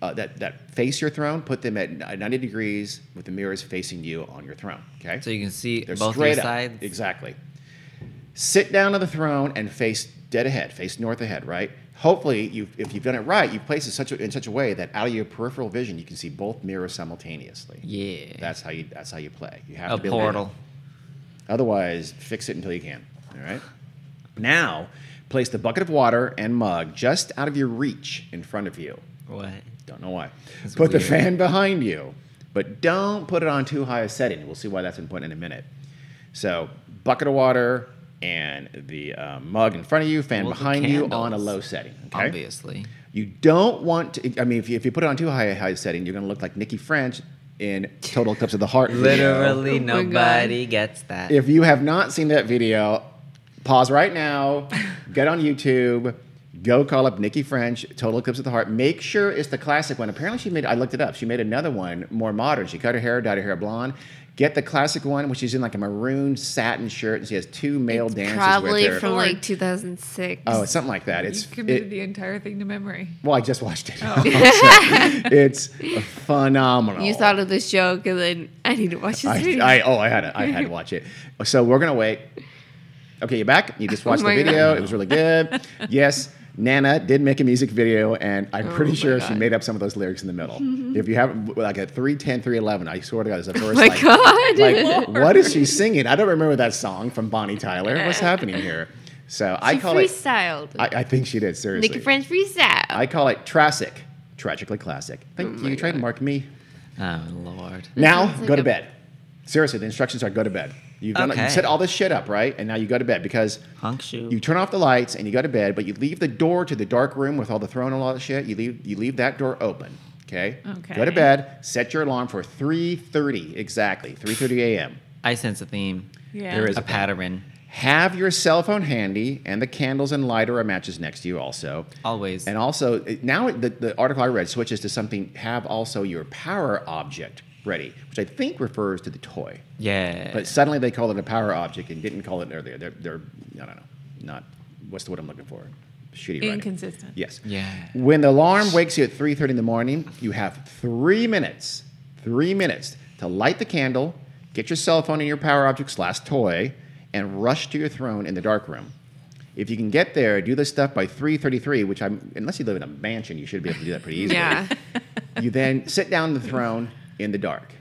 Speaker 2: uh, that, that face your throne. Put them at 90 degrees with the mirrors facing you on your throne. Okay?
Speaker 4: so you can see
Speaker 2: They're
Speaker 4: both your
Speaker 2: straight up.
Speaker 4: sides.
Speaker 2: Exactly. Sit down on the throne and face dead ahead, face north ahead, right? Hopefully, you if you've done it right, you've placed it such a, in such a way that out of your peripheral vision, you can see both mirrors simultaneously.
Speaker 4: Yeah.
Speaker 2: That's how you. That's how you play. You have
Speaker 4: a
Speaker 2: to build it in.
Speaker 4: portal.
Speaker 2: Otherwise, fix it until you can. All right. Now, place the bucket of water and mug just out of your reach in front of you.
Speaker 4: What?
Speaker 2: Don't know why.
Speaker 4: That's
Speaker 2: put the
Speaker 4: weird.
Speaker 2: fan behind you, but don't put it on too high a setting. We'll see why that's important in a minute. So, bucket of water and the uh, mug in front of you, fan
Speaker 4: Well, the
Speaker 2: behind you on a
Speaker 4: candles,
Speaker 2: low setting. Okay.
Speaker 4: Obviously.
Speaker 2: You don't want to. I mean, if you, if you put it on too high a high setting, you're going to look like Nikki French in Total Eclipse of the Heart. video.
Speaker 3: Oh
Speaker 4: Literally
Speaker 3: my God.
Speaker 4: nobody gets that.
Speaker 2: If you have not seen that video, pause right now, get on YouTube, go call up Nikki French, Total Eclipse of the Heart. Make sure it's the classic one. Apparently, she made, I looked it up, she made another one more modern. She cut her hair, dyed her hair blonde. Get the classic one, which is in like a maroon satin shirt, and she has two male dancers
Speaker 3: Probably
Speaker 2: with her.
Speaker 3: from like 2006.
Speaker 2: oh, it's something like that.
Speaker 1: You
Speaker 2: It's
Speaker 1: committed
Speaker 2: it-
Speaker 1: the entire thing to memory.
Speaker 2: well, I just watched it. So, it's phenomenal.
Speaker 3: Oh. you thought of this joke and then I need to watch this video.
Speaker 2: I, I oh I had to, I had to watch it. So we're gonna wait. Okay, you back? You just watched
Speaker 3: Oh my
Speaker 2: the video. It was really good. yes, Nana did make a music video, and I'm pretty
Speaker 3: Oh my
Speaker 2: sure she
Speaker 3: God. Mm-hmm.
Speaker 2: made up some of those lyrics in the middle. if you haven't, like at 310, 311, I swear to God, there's a verse
Speaker 3: Oh my
Speaker 2: like,
Speaker 3: God.
Speaker 2: like what is she singing? I don't remember that song from Bonnie Tyler. What's happening here? So I
Speaker 3: she
Speaker 2: call it.
Speaker 3: freestyled.
Speaker 2: I, I think she did seriously.
Speaker 3: Nikki French freestyle.
Speaker 2: I call it Trassic, tragically classic. Thank you. Trademark me.
Speaker 4: oh Lord.
Speaker 2: Now
Speaker 3: sounds like
Speaker 2: go to
Speaker 3: a-
Speaker 2: bed. Seriously, the instructions are go to bed. You've done you
Speaker 4: Okay.
Speaker 2: set all this shit up, right? And now you go to bed because
Speaker 4: Honk shoe.
Speaker 2: you turn off the lights and you go to bed, but you leave the door to the dark room with all the throne and all that shit. You leave you leave that door open. Okay. Go to
Speaker 1: Okay.
Speaker 2: bed. Set your alarm for 3:30 exactly. 3:30 a.m.
Speaker 4: I sense a theme.
Speaker 1: Yeah.
Speaker 2: There is
Speaker 4: a pattern.
Speaker 2: Have your cell phone handy and the candles and lighter or matches next to you also.
Speaker 4: Always.
Speaker 2: And also, it- now the, the article I read switches to something, have also your power object ready, which I think refers to the toy.
Speaker 4: yeah.
Speaker 2: But suddenly they call it a power object and didn't call it earlier. They're, they're I don't know, not, what's the word I'm looking for? Shitty writing.
Speaker 1: Inconsistent.
Speaker 2: Yes.
Speaker 4: Yeah.
Speaker 2: When the alarm wakes you at 3.30 in the morning, you have three minutes, three minutes to light the candle, get your cell phone and your power object slash toy, and rush to your throne in the dark room. If you can get there, do this stuff by 3.33, which I'm, unless you live in a mansion, you should be able to do that pretty easily.
Speaker 3: Yeah.
Speaker 2: You then sit down on the throne in the dark.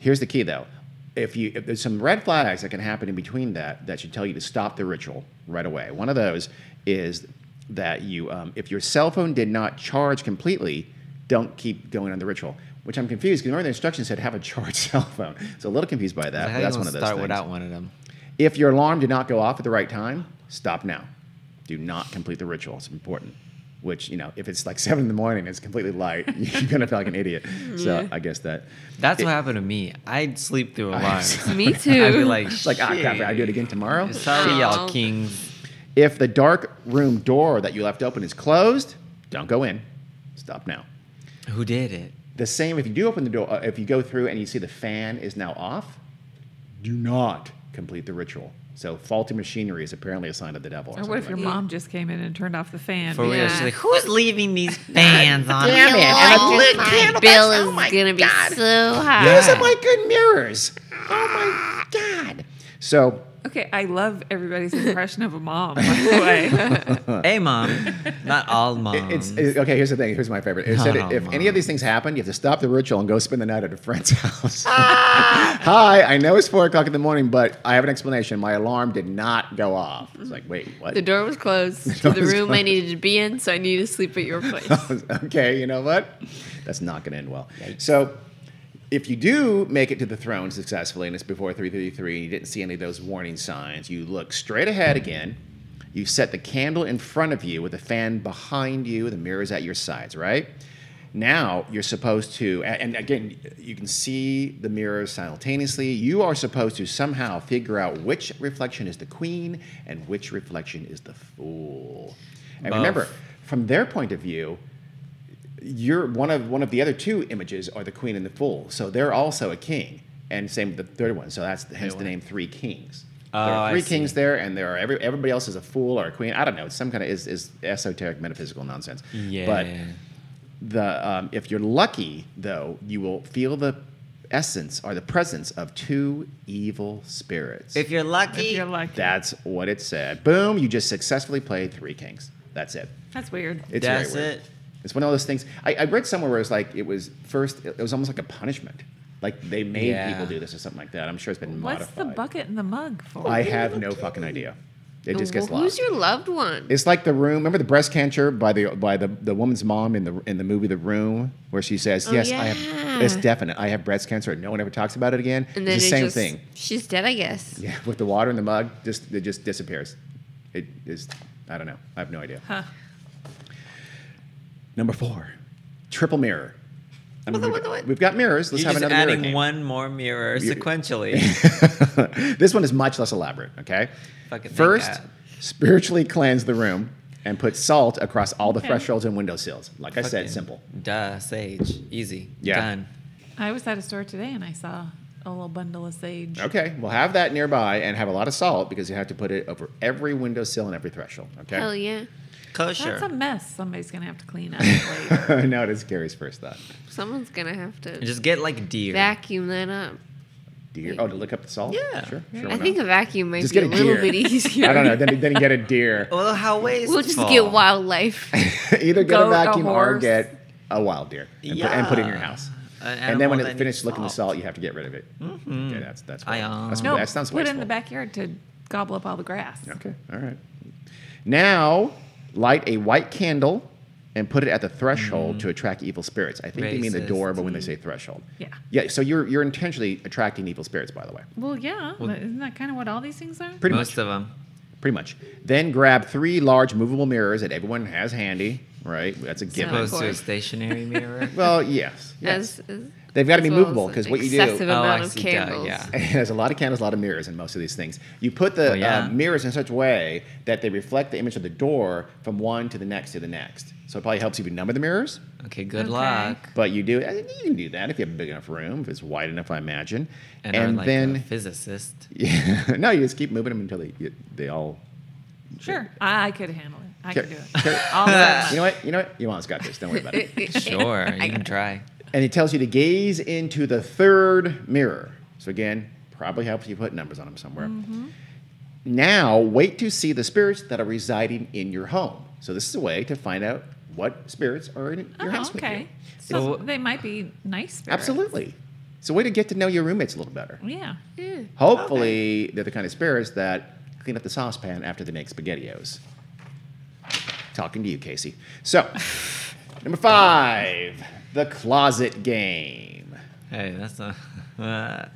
Speaker 2: Here's the key, though. If you if there's some red flags that can happen in between that that should tell you to stop the ritual right away. One of those is that you um, if your cell phone did not charge completely, don't keep going on the ritual. Which I'm confused because remember the instructions said have a charged cell phone, so a little confused by that.
Speaker 4: How
Speaker 2: But
Speaker 4: you
Speaker 2: that's
Speaker 4: gonna
Speaker 2: one of those
Speaker 4: start
Speaker 2: things.
Speaker 4: without one of them.
Speaker 2: If your alarm did not go off at the right time, stop now. Do not complete the ritual. It's important. Which, you know, if it's like seven in the morning, it's completely light. You're going to feel like an idiot. So
Speaker 1: Mm-hmm.
Speaker 2: I guess that.
Speaker 4: That's
Speaker 2: It-
Speaker 4: what happened to me. I'd sleep through alarms.
Speaker 3: Me too.
Speaker 4: I'd be like,
Speaker 2: It's like, ah, crap, I do it again tomorrow.
Speaker 4: sorry,
Speaker 3: Aw.
Speaker 4: y'all kings.
Speaker 2: If the dark room door that you left open is closed, don't go in. Stop now.
Speaker 4: Who did it?
Speaker 2: The same if you do open the door, uh, if you go through and you see the fan is now off, do not complete the ritual. So faulty machinery is apparently a sign of the devil.
Speaker 1: Or what if your
Speaker 2: something like
Speaker 1: mom just came in and turned off the fan?
Speaker 4: For real.
Speaker 3: Yeah.
Speaker 4: She's like, who's leaving these fans on?
Speaker 2: Damn it. And I lit candle- Oh
Speaker 3: bill is gonna be so high.
Speaker 2: These are my good mirrors. Oh my god. So
Speaker 1: Okay, I love everybody's impression of a mom. By the way,
Speaker 4: Hey, mom. Not all moms.
Speaker 2: it's it- okay. Here's the thing. Here's my favorite. It said
Speaker 4: Oh,
Speaker 2: if any
Speaker 4: Mom.
Speaker 2: of these things happen, you have to stop the ritual and go spend the night at a friend's house. Hi, I know it's four o'clock in the morning, but I have an explanation. My alarm did not go off. It's like, wait, what?
Speaker 3: The door was closed
Speaker 2: door
Speaker 3: to the
Speaker 2: was
Speaker 3: room I
Speaker 2: closed.
Speaker 3: needed to be in, so I needed to sleep at your place.
Speaker 2: okay, you know what? That's not going to end well. So, if you do make it to the throne successfully and it's before 333 and you didn't see any of those warning signs, you look straight ahead again. You set the candle in front of you with the fan behind you, the mirrors at your sides, right? Now you're supposed to, a- and again, you can see the mirrors simultaneously. You are supposed to somehow figure out which reflection is the queen and which reflection is the fool. And
Speaker 4: Both.
Speaker 2: remember, from their point of view, you're one of one of the other two images are the queen and the fool, so they're also a king, and same with the third one. So that's hence the name three kings. there
Speaker 4: Oh,
Speaker 2: are
Speaker 4: I
Speaker 2: three
Speaker 4: see.
Speaker 2: kings there, and there are every, everybody else is a fool or a queen. I don't know. It's some kind of is, is esoteric metaphysical nonsense.
Speaker 4: yeah.
Speaker 2: But the um, if you're lucky though, you will feel the essence or the presence of two evil spirits.
Speaker 4: if you're lucky.
Speaker 1: you're like,
Speaker 2: that's what it said. Boom! You just successfully played three kings. That's it.
Speaker 1: that's weird.
Speaker 2: It's very
Speaker 4: that's
Speaker 2: weird.
Speaker 4: it.
Speaker 2: It's one of those things. I, I read somewhere where it was like it was first. It was almost like a punishment. Like they made
Speaker 4: Yeah.
Speaker 2: people do this or something like that. I'm sure it's been
Speaker 1: What's the
Speaker 2: modified.
Speaker 1: bucket and the mug for?
Speaker 2: I have no fucking idea. It just gets
Speaker 3: Well, Who's
Speaker 2: lost.
Speaker 3: your loved one?
Speaker 2: It's like the room. Remember the breast cancer by the by the, the woman's mom in the in the movie The Room, where she says, "Yes, I have.
Speaker 3: Oh, yeah.
Speaker 2: It's definite. I have breast cancer, and no one ever talks about it again."
Speaker 3: and then
Speaker 2: it's the
Speaker 3: it
Speaker 2: same
Speaker 3: just-
Speaker 2: thing.
Speaker 3: She's dead, I guess.
Speaker 2: Yeah, with the water in the mug, just it just disappears. It is. I don't know. I have no idea. Number four, triple mirror. I mean,
Speaker 3: What,
Speaker 2: we've,
Speaker 3: what, what?
Speaker 2: we've got mirrors. Let's
Speaker 4: You're
Speaker 2: have
Speaker 4: just
Speaker 2: another
Speaker 4: adding
Speaker 2: mirror. game.
Speaker 4: one more mirror
Speaker 2: You-
Speaker 4: sequentially.
Speaker 2: this one is much less elaborate. Okay.
Speaker 4: Fucking thank
Speaker 2: First,
Speaker 4: God.
Speaker 2: spiritually cleanse the room and put salt across all the
Speaker 1: Okay.
Speaker 2: thresholds and windowsills. Like I said,
Speaker 4: Fucking
Speaker 2: simple.
Speaker 4: Duh, sage. Easy.
Speaker 2: Yeah.
Speaker 4: Done.
Speaker 1: I was at a store today and I saw a little bundle of sage.
Speaker 2: Okay, we'll have that nearby and have a lot of salt because you have to put it over every windowsill and every threshold. Okay.
Speaker 3: Hell yeah.
Speaker 4: Kosher.
Speaker 1: That's a mess. Somebody's gonna have to clean up later.
Speaker 2: no, it is Gary's first thought.
Speaker 3: Someone's gonna have to
Speaker 4: just get like deer.
Speaker 3: vacuum that up.
Speaker 2: Deer. Oh, to lick up the salt?
Speaker 4: Yeah.
Speaker 2: Sure. sure
Speaker 3: I
Speaker 2: why not?
Speaker 3: think a vacuum might
Speaker 2: Just
Speaker 3: be
Speaker 2: get
Speaker 3: a
Speaker 2: a
Speaker 3: little
Speaker 2: deer.
Speaker 3: bit easier.
Speaker 2: I don't know. Then, then you get a deer.
Speaker 4: Well, how wasteful.
Speaker 3: We'll just get wildlife.
Speaker 2: Either get a
Speaker 1: Goat, a
Speaker 2: vacuum or
Speaker 1: horse.
Speaker 2: get a wild deer and, put, and put it in your
Speaker 4: Yeah.
Speaker 2: house.
Speaker 4: An
Speaker 2: and then
Speaker 4: animal
Speaker 2: when it
Speaker 4: that needs
Speaker 2: finishes licking the
Speaker 4: salt. Mm-hmm.
Speaker 2: salt, you have to get rid of it. Okay, that's that's,
Speaker 4: I,
Speaker 2: wild.
Speaker 4: um,
Speaker 2: that's
Speaker 1: No,
Speaker 2: that sounds
Speaker 1: put it in
Speaker 2: wasteful.
Speaker 1: the backyard to gobble up all the grass.
Speaker 2: Okay, all right. Now light a white candle and put it at the threshold
Speaker 4: Mm-hmm.
Speaker 2: to attract evil spirits. I think they mean the door, but when they say threshold,
Speaker 1: Yeah.
Speaker 2: yeah. So you're you're intentionally attracting evil spirits, by the way.
Speaker 1: Well, yeah. but isn't that kind of what all these things are?
Speaker 2: Pretty much.
Speaker 4: Most of them.
Speaker 2: Pretty much. Then grab three large movable mirrors that everyone has handy, right? That's a given.
Speaker 4: Opposed to a
Speaker 3: course.
Speaker 4: stationary mirror.
Speaker 2: well, yes. yes.
Speaker 3: As, as,
Speaker 2: They've got to
Speaker 3: as
Speaker 2: be
Speaker 3: well as
Speaker 2: movable
Speaker 3: an
Speaker 2: because what you
Speaker 3: excessive
Speaker 2: do.
Speaker 4: Oh, I
Speaker 3: amount of
Speaker 4: see, duh,
Speaker 3: candles.
Speaker 4: yeah.
Speaker 2: There's a lot of candles, a lot of mirrors in most of these things. You put the
Speaker 4: Oh, yeah.
Speaker 2: uh, mirrors in such a way that they reflect the image of the door from one to the next to the next. So it probably helps if you number the mirrors.
Speaker 4: Okay, good
Speaker 3: Okay.
Speaker 4: luck.
Speaker 2: But you do, I think you can do that if you have a big enough room, if it's wide enough, I imagine.
Speaker 4: And,
Speaker 2: And,
Speaker 4: I'm like a
Speaker 2: then,
Speaker 4: physicist.
Speaker 2: yeah, no, you just keep moving them until they you- they all.
Speaker 1: Sure, I, I could handle it. I
Speaker 2: Car-
Speaker 1: could do it.
Speaker 2: car-
Speaker 1: All that much.
Speaker 2: you know what? You know what? Your mom's got this. Don't worry about it.
Speaker 4: Sure, you can try.
Speaker 2: And it tells you to gaze into the third mirror. So again, probably helps you put numbers on them somewhere. Now, wait to see the spirits that are residing in your home. So this is a way to find out what spirits are in your
Speaker 1: Oh,
Speaker 2: house with you.
Speaker 1: okay. So
Speaker 4: So-
Speaker 1: they might be nice. Spirits.
Speaker 2: Absolutely. It's a way to get to know your roommates a little better.
Speaker 1: Yeah.
Speaker 3: Yeah.
Speaker 2: Hopefully, they're the kind of spirits that clean up the saucepan after they make spaghettios. Talking to you, Casey. So, number five, the closet game.
Speaker 4: Hey, that's not.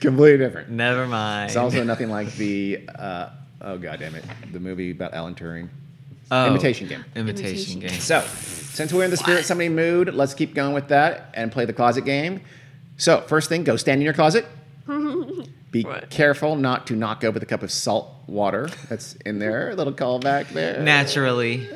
Speaker 2: Completely different.
Speaker 4: never mind.
Speaker 2: It's also nothing like the uh, oh god damn it, the movie about Alan Turing,
Speaker 4: Oh,
Speaker 2: Imitation Game.
Speaker 3: Imitation
Speaker 4: Imitation game.
Speaker 2: So, since we're in the spirit somebody mood, let's keep going with that and play the closet game. So, first thing, go stand in your closet. Be
Speaker 3: What?
Speaker 2: careful not to knock over the cup of salt water that's in there. A little callback there.
Speaker 4: Naturally.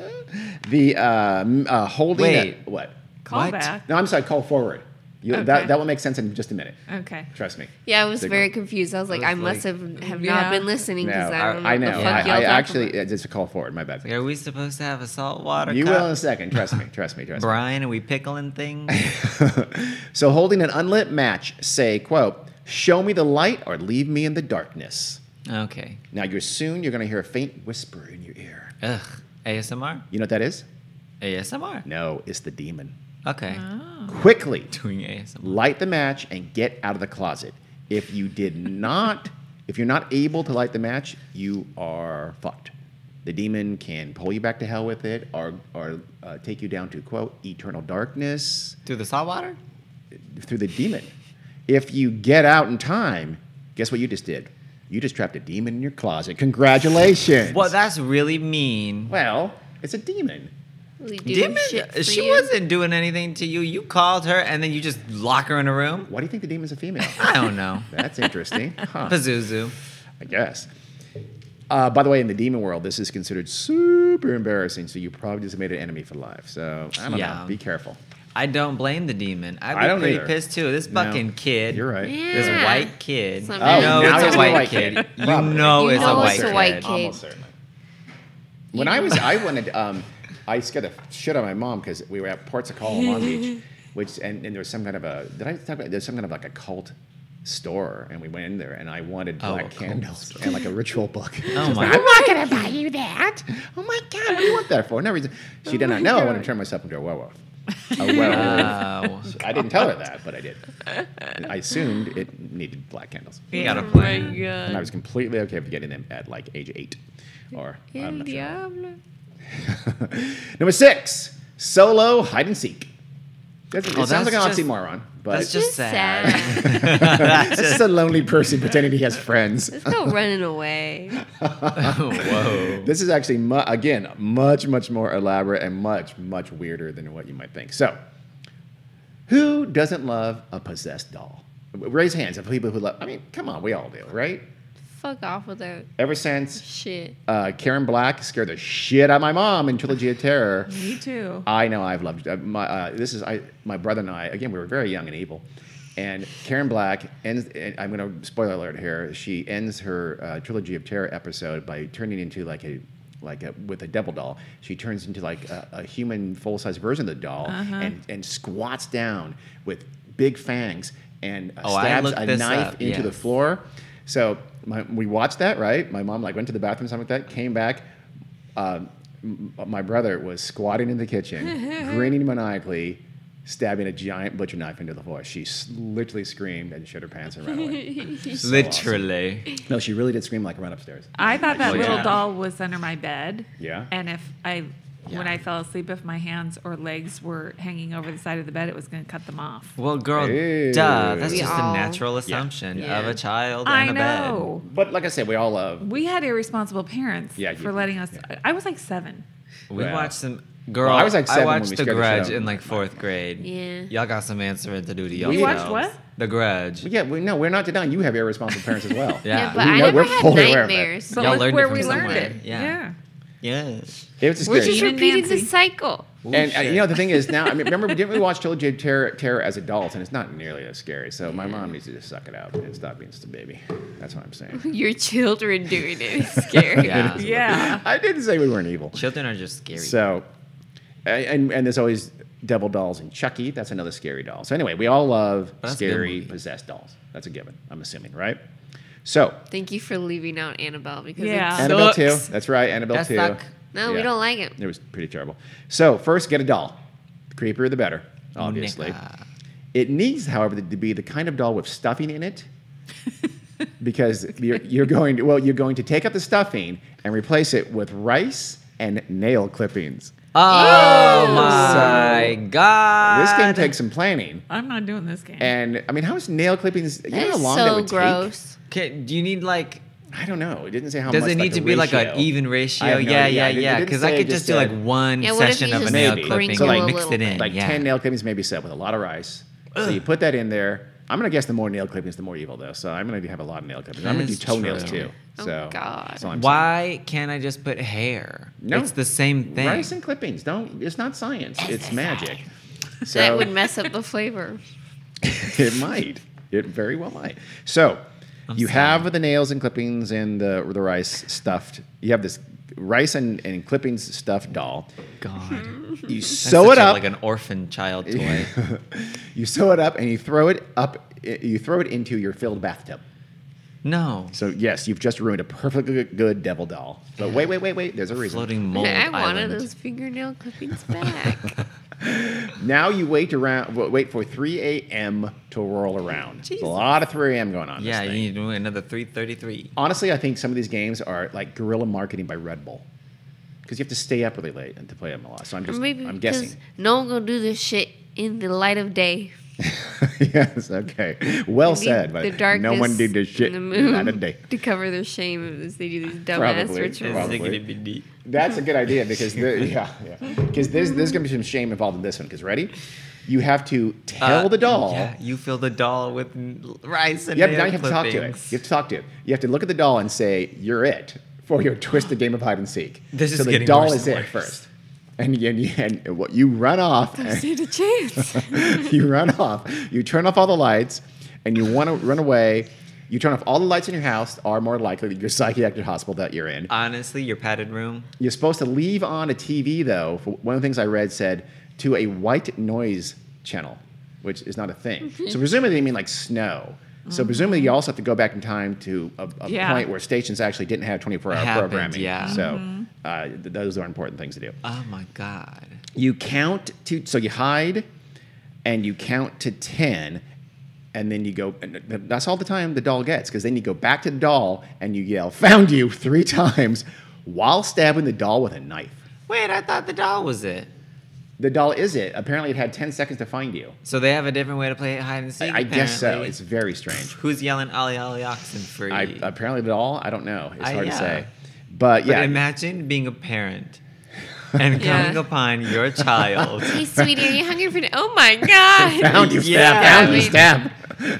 Speaker 2: The uh, m- uh, holding.
Speaker 4: Wait.
Speaker 2: a- what?
Speaker 1: Call
Speaker 4: What?
Speaker 1: back.
Speaker 2: No, I'm sorry. Call forward. You,
Speaker 1: Okay.
Speaker 2: that, that will make sense in just a minute.
Speaker 1: Okay.
Speaker 2: Trust me.
Speaker 3: Yeah, I was
Speaker 2: Signal.
Speaker 3: very confused. I was like,
Speaker 4: I
Speaker 3: I,
Speaker 4: was
Speaker 3: must
Speaker 4: like-
Speaker 3: have, have
Speaker 1: Yeah.
Speaker 3: not been listening
Speaker 2: No,
Speaker 3: because I, don't know.
Speaker 2: I, I
Speaker 3: what
Speaker 2: know.
Speaker 3: The fuck y'all
Speaker 2: I, I
Speaker 3: talking
Speaker 2: actually, uh,
Speaker 3: about.
Speaker 2: it's just a call forward. My bad.
Speaker 4: Like, are we supposed to have a salt water
Speaker 2: You
Speaker 4: cup?
Speaker 2: will in a second. Trust me. Trust me. Trust me.
Speaker 4: Brian, are we pickling things?
Speaker 2: So holding an unlit match, say, quote, show me the light or leave me in the darkness.
Speaker 4: okay.
Speaker 2: Now you're soon you're gonna hear a faint whisper in your ear.
Speaker 4: Ugh. ASMR?
Speaker 2: You know what that is?
Speaker 4: ASMR.
Speaker 2: No, it's the demon.
Speaker 4: Okay.
Speaker 1: Oh.
Speaker 2: Quickly
Speaker 4: Doing ASMR.
Speaker 2: light the match and get out of the closet. If you did not, if you're not able to light the match, you are fucked. The demon can pull you back to hell with it, or or uh, take you down to quote eternal darkness.
Speaker 4: Through the salt water?
Speaker 2: through the demon. If you get out in time, guess what you just did? You just trapped a demon in your closet. Congratulations.
Speaker 4: Well, that's really mean.
Speaker 2: well, it's a demon.
Speaker 3: Really doing
Speaker 4: Demon,
Speaker 3: shit for
Speaker 4: uh, she
Speaker 3: you?
Speaker 4: wasn't doing anything to you. You called her and then you just lock her in a room?
Speaker 2: Why do you think the demon's a female?
Speaker 4: I don't know.
Speaker 2: That's interesting, huh?
Speaker 4: Pazuzu.
Speaker 2: I guess. Uh, by the way, in the demon world, this is considered super embarrassing. So you probably just made an enemy for life. So I don't
Speaker 4: Yeah.
Speaker 2: know. Be careful.
Speaker 4: I don't blame the demon. I'd be
Speaker 2: I don't
Speaker 4: pretty
Speaker 2: either.
Speaker 4: pissed too. This
Speaker 2: No,
Speaker 4: fucking kid.
Speaker 2: You're right.
Speaker 3: Yeah.
Speaker 4: This white kid.
Speaker 3: Oh,
Speaker 4: you
Speaker 3: now
Speaker 4: know it's
Speaker 3: it's a
Speaker 4: a white,
Speaker 3: white
Speaker 4: kid.
Speaker 2: kid.
Speaker 4: You
Speaker 2: Probably.
Speaker 4: know
Speaker 3: You
Speaker 4: it's
Speaker 3: know
Speaker 4: a white
Speaker 3: it's a
Speaker 4: kid.
Speaker 3: white kid.
Speaker 2: Almost certainly. When I was, I wanted, um, I scared the shit out of my mom because we were at Ports of Call in Long Beach, which, and, and there was some kind of a, did I talk about, there's some kind of like a cult store, and we went in there, and I wanted
Speaker 4: Oh,
Speaker 2: black
Speaker 4: a cult
Speaker 2: candles and like a ritual book.
Speaker 4: Oh
Speaker 2: She's
Speaker 4: my
Speaker 2: like, I'm not going to buy you that. Oh my God, what do you want that for? No reason.
Speaker 4: Oh
Speaker 2: She did not know I wanted to turn myself into a werewolf. A werewolf.
Speaker 4: Wow.
Speaker 2: I didn't tell her that, but I did. And I assumed it needed black candles.
Speaker 4: You got a
Speaker 3: Oh my
Speaker 4: plan.
Speaker 2: And I
Speaker 3: god.
Speaker 2: was completely okay with getting them at like age eight or I'm
Speaker 3: El
Speaker 2: not sure.
Speaker 3: diablo.
Speaker 2: Number six, solo hide and seek. That's- it
Speaker 4: Oh,
Speaker 2: sounds like an
Speaker 4: that's just-
Speaker 2: oxymoron, but
Speaker 4: That's
Speaker 2: it's
Speaker 4: just
Speaker 3: Just
Speaker 4: sad.
Speaker 3: sad.
Speaker 2: just, a lonely person pretending he has friends.
Speaker 3: Let's go running away.
Speaker 4: Whoa.
Speaker 2: This is actually, mu- again, much, much more elaborate and much, much weirder than what you might think. So, who doesn't love a possessed doll? Raise hands of people who love, I mean, come on, we all do, right?
Speaker 3: Fuck off with that
Speaker 2: Ever since
Speaker 3: shit.
Speaker 2: uh, Karen Black scared the shit out of my mom in Trilogy of Terror.
Speaker 1: Me too.
Speaker 2: I know I've loved uh, my. Uh, this is I. My brother and I. Again, we were very young and evil. And Karen Black ends. And I'm going to spoiler alert here. She ends her uh, trilogy of terror episode by turning into like a like a, with a devil doll. She turns into like a, a human full size version of the doll and and squats down with big fangs and uh,
Speaker 4: Oh, I
Speaker 2: stabs
Speaker 4: looked
Speaker 2: a
Speaker 4: this
Speaker 2: knife
Speaker 4: up,
Speaker 2: into the
Speaker 4: yes.
Speaker 2: floor. So my, we watched that, right? My mom like went to the bathroom, something like that, came back. Um, m- my brother was squatting in the kitchen, grinning maniacally, stabbing a giant butcher knife into the floor. She s- literally screamed and shit her pants and ran away.
Speaker 4: Literally.
Speaker 2: no, she really did scream like run upstairs.
Speaker 1: I thought that
Speaker 4: Well,
Speaker 1: little
Speaker 4: yeah.
Speaker 1: doll was under my bed.
Speaker 2: Yeah.
Speaker 1: And if I when
Speaker 2: Yeah.
Speaker 1: I fell asleep, if my hands or legs were hanging over the side of the bed, it was going to cut them off.
Speaker 4: Well, girl,
Speaker 2: Hey.
Speaker 4: duh. That's
Speaker 3: We
Speaker 4: just
Speaker 3: all-
Speaker 4: a natural assumption
Speaker 3: Yeah.
Speaker 4: of a child
Speaker 1: I
Speaker 4: and a
Speaker 1: know.
Speaker 2: But like I said, we all love.
Speaker 1: We had irresponsible parents
Speaker 2: Yeah, you
Speaker 1: for
Speaker 2: did.
Speaker 1: letting us. I was like seven.
Speaker 4: bed. We
Speaker 2: Well.
Speaker 4: watched some. Girl,
Speaker 2: Well, I was like seven when we
Speaker 4: watched The
Speaker 2: scared the shit out
Speaker 4: Grudge
Speaker 2: of
Speaker 4: in
Speaker 2: my-
Speaker 4: like fourth grade.
Speaker 3: Yeah.
Speaker 4: Y'all got some answering to do to y'all.
Speaker 2: We
Speaker 1: watched what?
Speaker 4: The Grudge.
Speaker 2: Yeah, we, no, we're not denying you have irresponsible parents as well.
Speaker 4: Yeah.
Speaker 3: but
Speaker 2: We
Speaker 3: I
Speaker 2: know-
Speaker 3: never
Speaker 2: we're
Speaker 3: had
Speaker 2: fully aware of that.
Speaker 3: nightmares.
Speaker 1: But
Speaker 4: Y'all
Speaker 1: look
Speaker 4: learned it
Speaker 1: where
Speaker 4: from
Speaker 1: we learned
Speaker 4: somewhere.
Speaker 1: it.
Speaker 4: Yeah.
Speaker 1: Yeah.
Speaker 4: Yes.
Speaker 2: It was
Speaker 3: We're
Speaker 2: scary.
Speaker 3: just
Speaker 1: Jane and
Speaker 3: repeating the
Speaker 1: Nancy.
Speaker 3: cycle.
Speaker 2: and, and, you know the
Speaker 4: Bullshit.
Speaker 2: thing is now. I mean, remember didn't we watch Total Jib Terror, Terror as adults, and it's not nearly as scary. So my mom needs to just suck it up and stop being just a baby. That's what I'm saying.
Speaker 3: Your children doing it is scary.
Speaker 4: Yeah.
Speaker 1: Yeah.
Speaker 2: I didn't say we weren't evil.
Speaker 4: Children are just scary.
Speaker 2: So, and and- and there's always devil dolls and Chucky. That's another scary doll. So anyway, we all love
Speaker 4: That's a good
Speaker 2: scary
Speaker 4: movie.
Speaker 2: possessed dolls. That's a given. I'm assuming, right? So
Speaker 3: Thank you for leaving out Annabelle because
Speaker 1: Yeah.
Speaker 3: yeah. it's
Speaker 2: Annabelle two.
Speaker 4: Sucks.
Speaker 2: That's right, Annabelle
Speaker 4: That
Speaker 2: two.
Speaker 4: suck.
Speaker 3: no, we
Speaker 2: Yeah.
Speaker 3: don't like it.
Speaker 2: It was pretty terrible. So first, get a doll. The creepier the better, obviously.
Speaker 4: Nigga.
Speaker 2: It needs, however, to be the kind of doll with stuffing in it, because you're, you're going to well, you're going to take out the stuffing and replace it with rice and nail clippings.
Speaker 4: Oh my god.
Speaker 2: This can take some planning.
Speaker 1: I'm not doing this game.
Speaker 2: And I mean, how much nail clippings? You know
Speaker 3: That
Speaker 2: how
Speaker 3: is
Speaker 2: long that
Speaker 3: so
Speaker 2: would
Speaker 3: gross.
Speaker 4: Okay, do you need like
Speaker 2: take? I don't know. It didn't say how
Speaker 4: does
Speaker 2: much.
Speaker 4: it need to be like an
Speaker 2: ratio.
Speaker 4: even
Speaker 2: I
Speaker 4: ratio?
Speaker 2: have no
Speaker 4: Yeah,
Speaker 2: idea. It
Speaker 4: yeah,
Speaker 2: didn't- it
Speaker 4: yeah.
Speaker 2: didn't
Speaker 4: Because I
Speaker 2: say
Speaker 4: could just do like
Speaker 2: a-
Speaker 4: one
Speaker 3: Yeah, what if
Speaker 4: session
Speaker 3: you
Speaker 4: of a
Speaker 3: just
Speaker 4: nail
Speaker 2: Maybe.
Speaker 4: clipping
Speaker 2: So,
Speaker 4: and
Speaker 2: like-
Speaker 4: mix it in.
Speaker 2: like
Speaker 4: yeah.
Speaker 2: 10 nail clippings maybe set with a lot of rice. So you put that in there. I'm going to guess the more nail clippings, the more evil, though. So I'm going to have a lot of nail clippings. I'm
Speaker 4: That
Speaker 2: going to do
Speaker 4: is
Speaker 2: toenails,
Speaker 4: true.
Speaker 2: too.
Speaker 3: Oh,
Speaker 2: So,
Speaker 3: God.
Speaker 2: that's all I'm
Speaker 4: Why can't I just put hair?
Speaker 2: No.
Speaker 4: It's the same
Speaker 2: saying.
Speaker 4: thing.
Speaker 2: Rice and clippings. Don't. It's not science. It's magic. So
Speaker 3: that would mess up the flavor.
Speaker 2: it might. It very well might. So you have the nails and clippings and the, the rice stuffed. You have this rice and, and clippings stuffed doll. Hmm.
Speaker 4: God.
Speaker 2: You
Speaker 4: That's
Speaker 2: sew
Speaker 4: such
Speaker 2: it
Speaker 4: a-
Speaker 2: up.
Speaker 4: like an orphan child toy.
Speaker 2: you sew it up and you throw it up. You throw it into your filled bathtub.
Speaker 4: no.
Speaker 2: So yes, you've just ruined a perfectly good devil doll. But wait, wait, wait, wait. There's a reason.
Speaker 4: Floating mold
Speaker 3: I wanted
Speaker 4: island.
Speaker 3: those fingernail clippings back.
Speaker 2: Now you wait around. wa- Wait for 3 a.m. to roll around. There's a lot of 3 a.m. going on. in this
Speaker 4: Yeah, you
Speaker 2: thing.
Speaker 4: need to do another 333.
Speaker 2: honestly, I think some of these games are like guerrilla marketing by Red Bull because you have to stay up really late and to play them a lot. So I'm
Speaker 3: or
Speaker 2: just,
Speaker 3: maybe
Speaker 2: I'm
Speaker 3: because
Speaker 2: guessing.
Speaker 3: no one gonna do this shit in the light of day.
Speaker 2: yes, okay, well
Speaker 3: Need
Speaker 2: said. But
Speaker 3: the darkness.
Speaker 2: no one did this
Speaker 3: and
Speaker 2: shit
Speaker 3: The moon
Speaker 2: out of day.
Speaker 3: to cover their shame as they do these dumbass
Speaker 2: Probably,
Speaker 3: rituals.
Speaker 2: probably.
Speaker 4: Ziggity-biddy.
Speaker 2: That's a good idea because the, yeah, yeah, because there's there's gonna be some shame involved in this one. Because ready, you have to tell
Speaker 4: Uh,
Speaker 2: the doll.
Speaker 4: Yeah, you fill the doll with n- rice and
Speaker 2: Yep,
Speaker 4: nail
Speaker 2: now you have to talk to it.
Speaker 4: clippings.
Speaker 2: You have to talk to it. You have to look at the doll and say, "You're it" for your twisted game of hide and seek.
Speaker 4: This
Speaker 2: so
Speaker 4: is
Speaker 2: the
Speaker 4: getting
Speaker 2: doll
Speaker 4: worse
Speaker 2: is
Speaker 4: and
Speaker 2: it
Speaker 4: worse.
Speaker 2: first, and and, and what you run off.
Speaker 3: I stand a chance.
Speaker 2: you run off. You turn off all the lights, and you want to run away. You turn off all the lights in your house. Are more likely that your psychiatric hospital that you're in.
Speaker 4: Honestly, your padded room.
Speaker 2: You're supposed to leave on a TV though. For one of the things I read said to a white noise channel, which is not a thing.
Speaker 4: Mm-hmm.
Speaker 2: so presumably they mean like snow. So presumably you also have to go back in time to a, a
Speaker 1: Yeah.
Speaker 2: point where stations actually didn't have 24-hour
Speaker 4: Happened,
Speaker 2: programming.
Speaker 4: yeah. Mm-hmm.
Speaker 2: So uh, th- those are important things to do.
Speaker 4: Oh my god.
Speaker 2: you count to so you hide and you count to 10 and then you go and th- that's all the time the doll gets because then you go back to the doll and you yell found you three times while stabbing the doll with a knife
Speaker 4: Wait, I thought the doll was it.
Speaker 2: the doll is it apparently it had 10 seconds to find you
Speaker 4: So they have a different way to play hide and seek.
Speaker 2: i guess so
Speaker 4: apparently.
Speaker 2: it's very strange
Speaker 4: Who's yelling "Ollie Ollie Oxen Free"?
Speaker 2: I, apparently the doll i don't know it's
Speaker 4: I-
Speaker 2: hard
Speaker 4: yeah.
Speaker 2: to say but
Speaker 4: But
Speaker 2: yeah
Speaker 4: imagine being a parent and
Speaker 3: Yeah.
Speaker 4: coming upon your child
Speaker 3: hey, sweetie, are you hungry for? Oh my god!
Speaker 2: found you
Speaker 4: Yeah.
Speaker 2: stab found
Speaker 3: I
Speaker 2: you
Speaker 3: mean-
Speaker 2: stab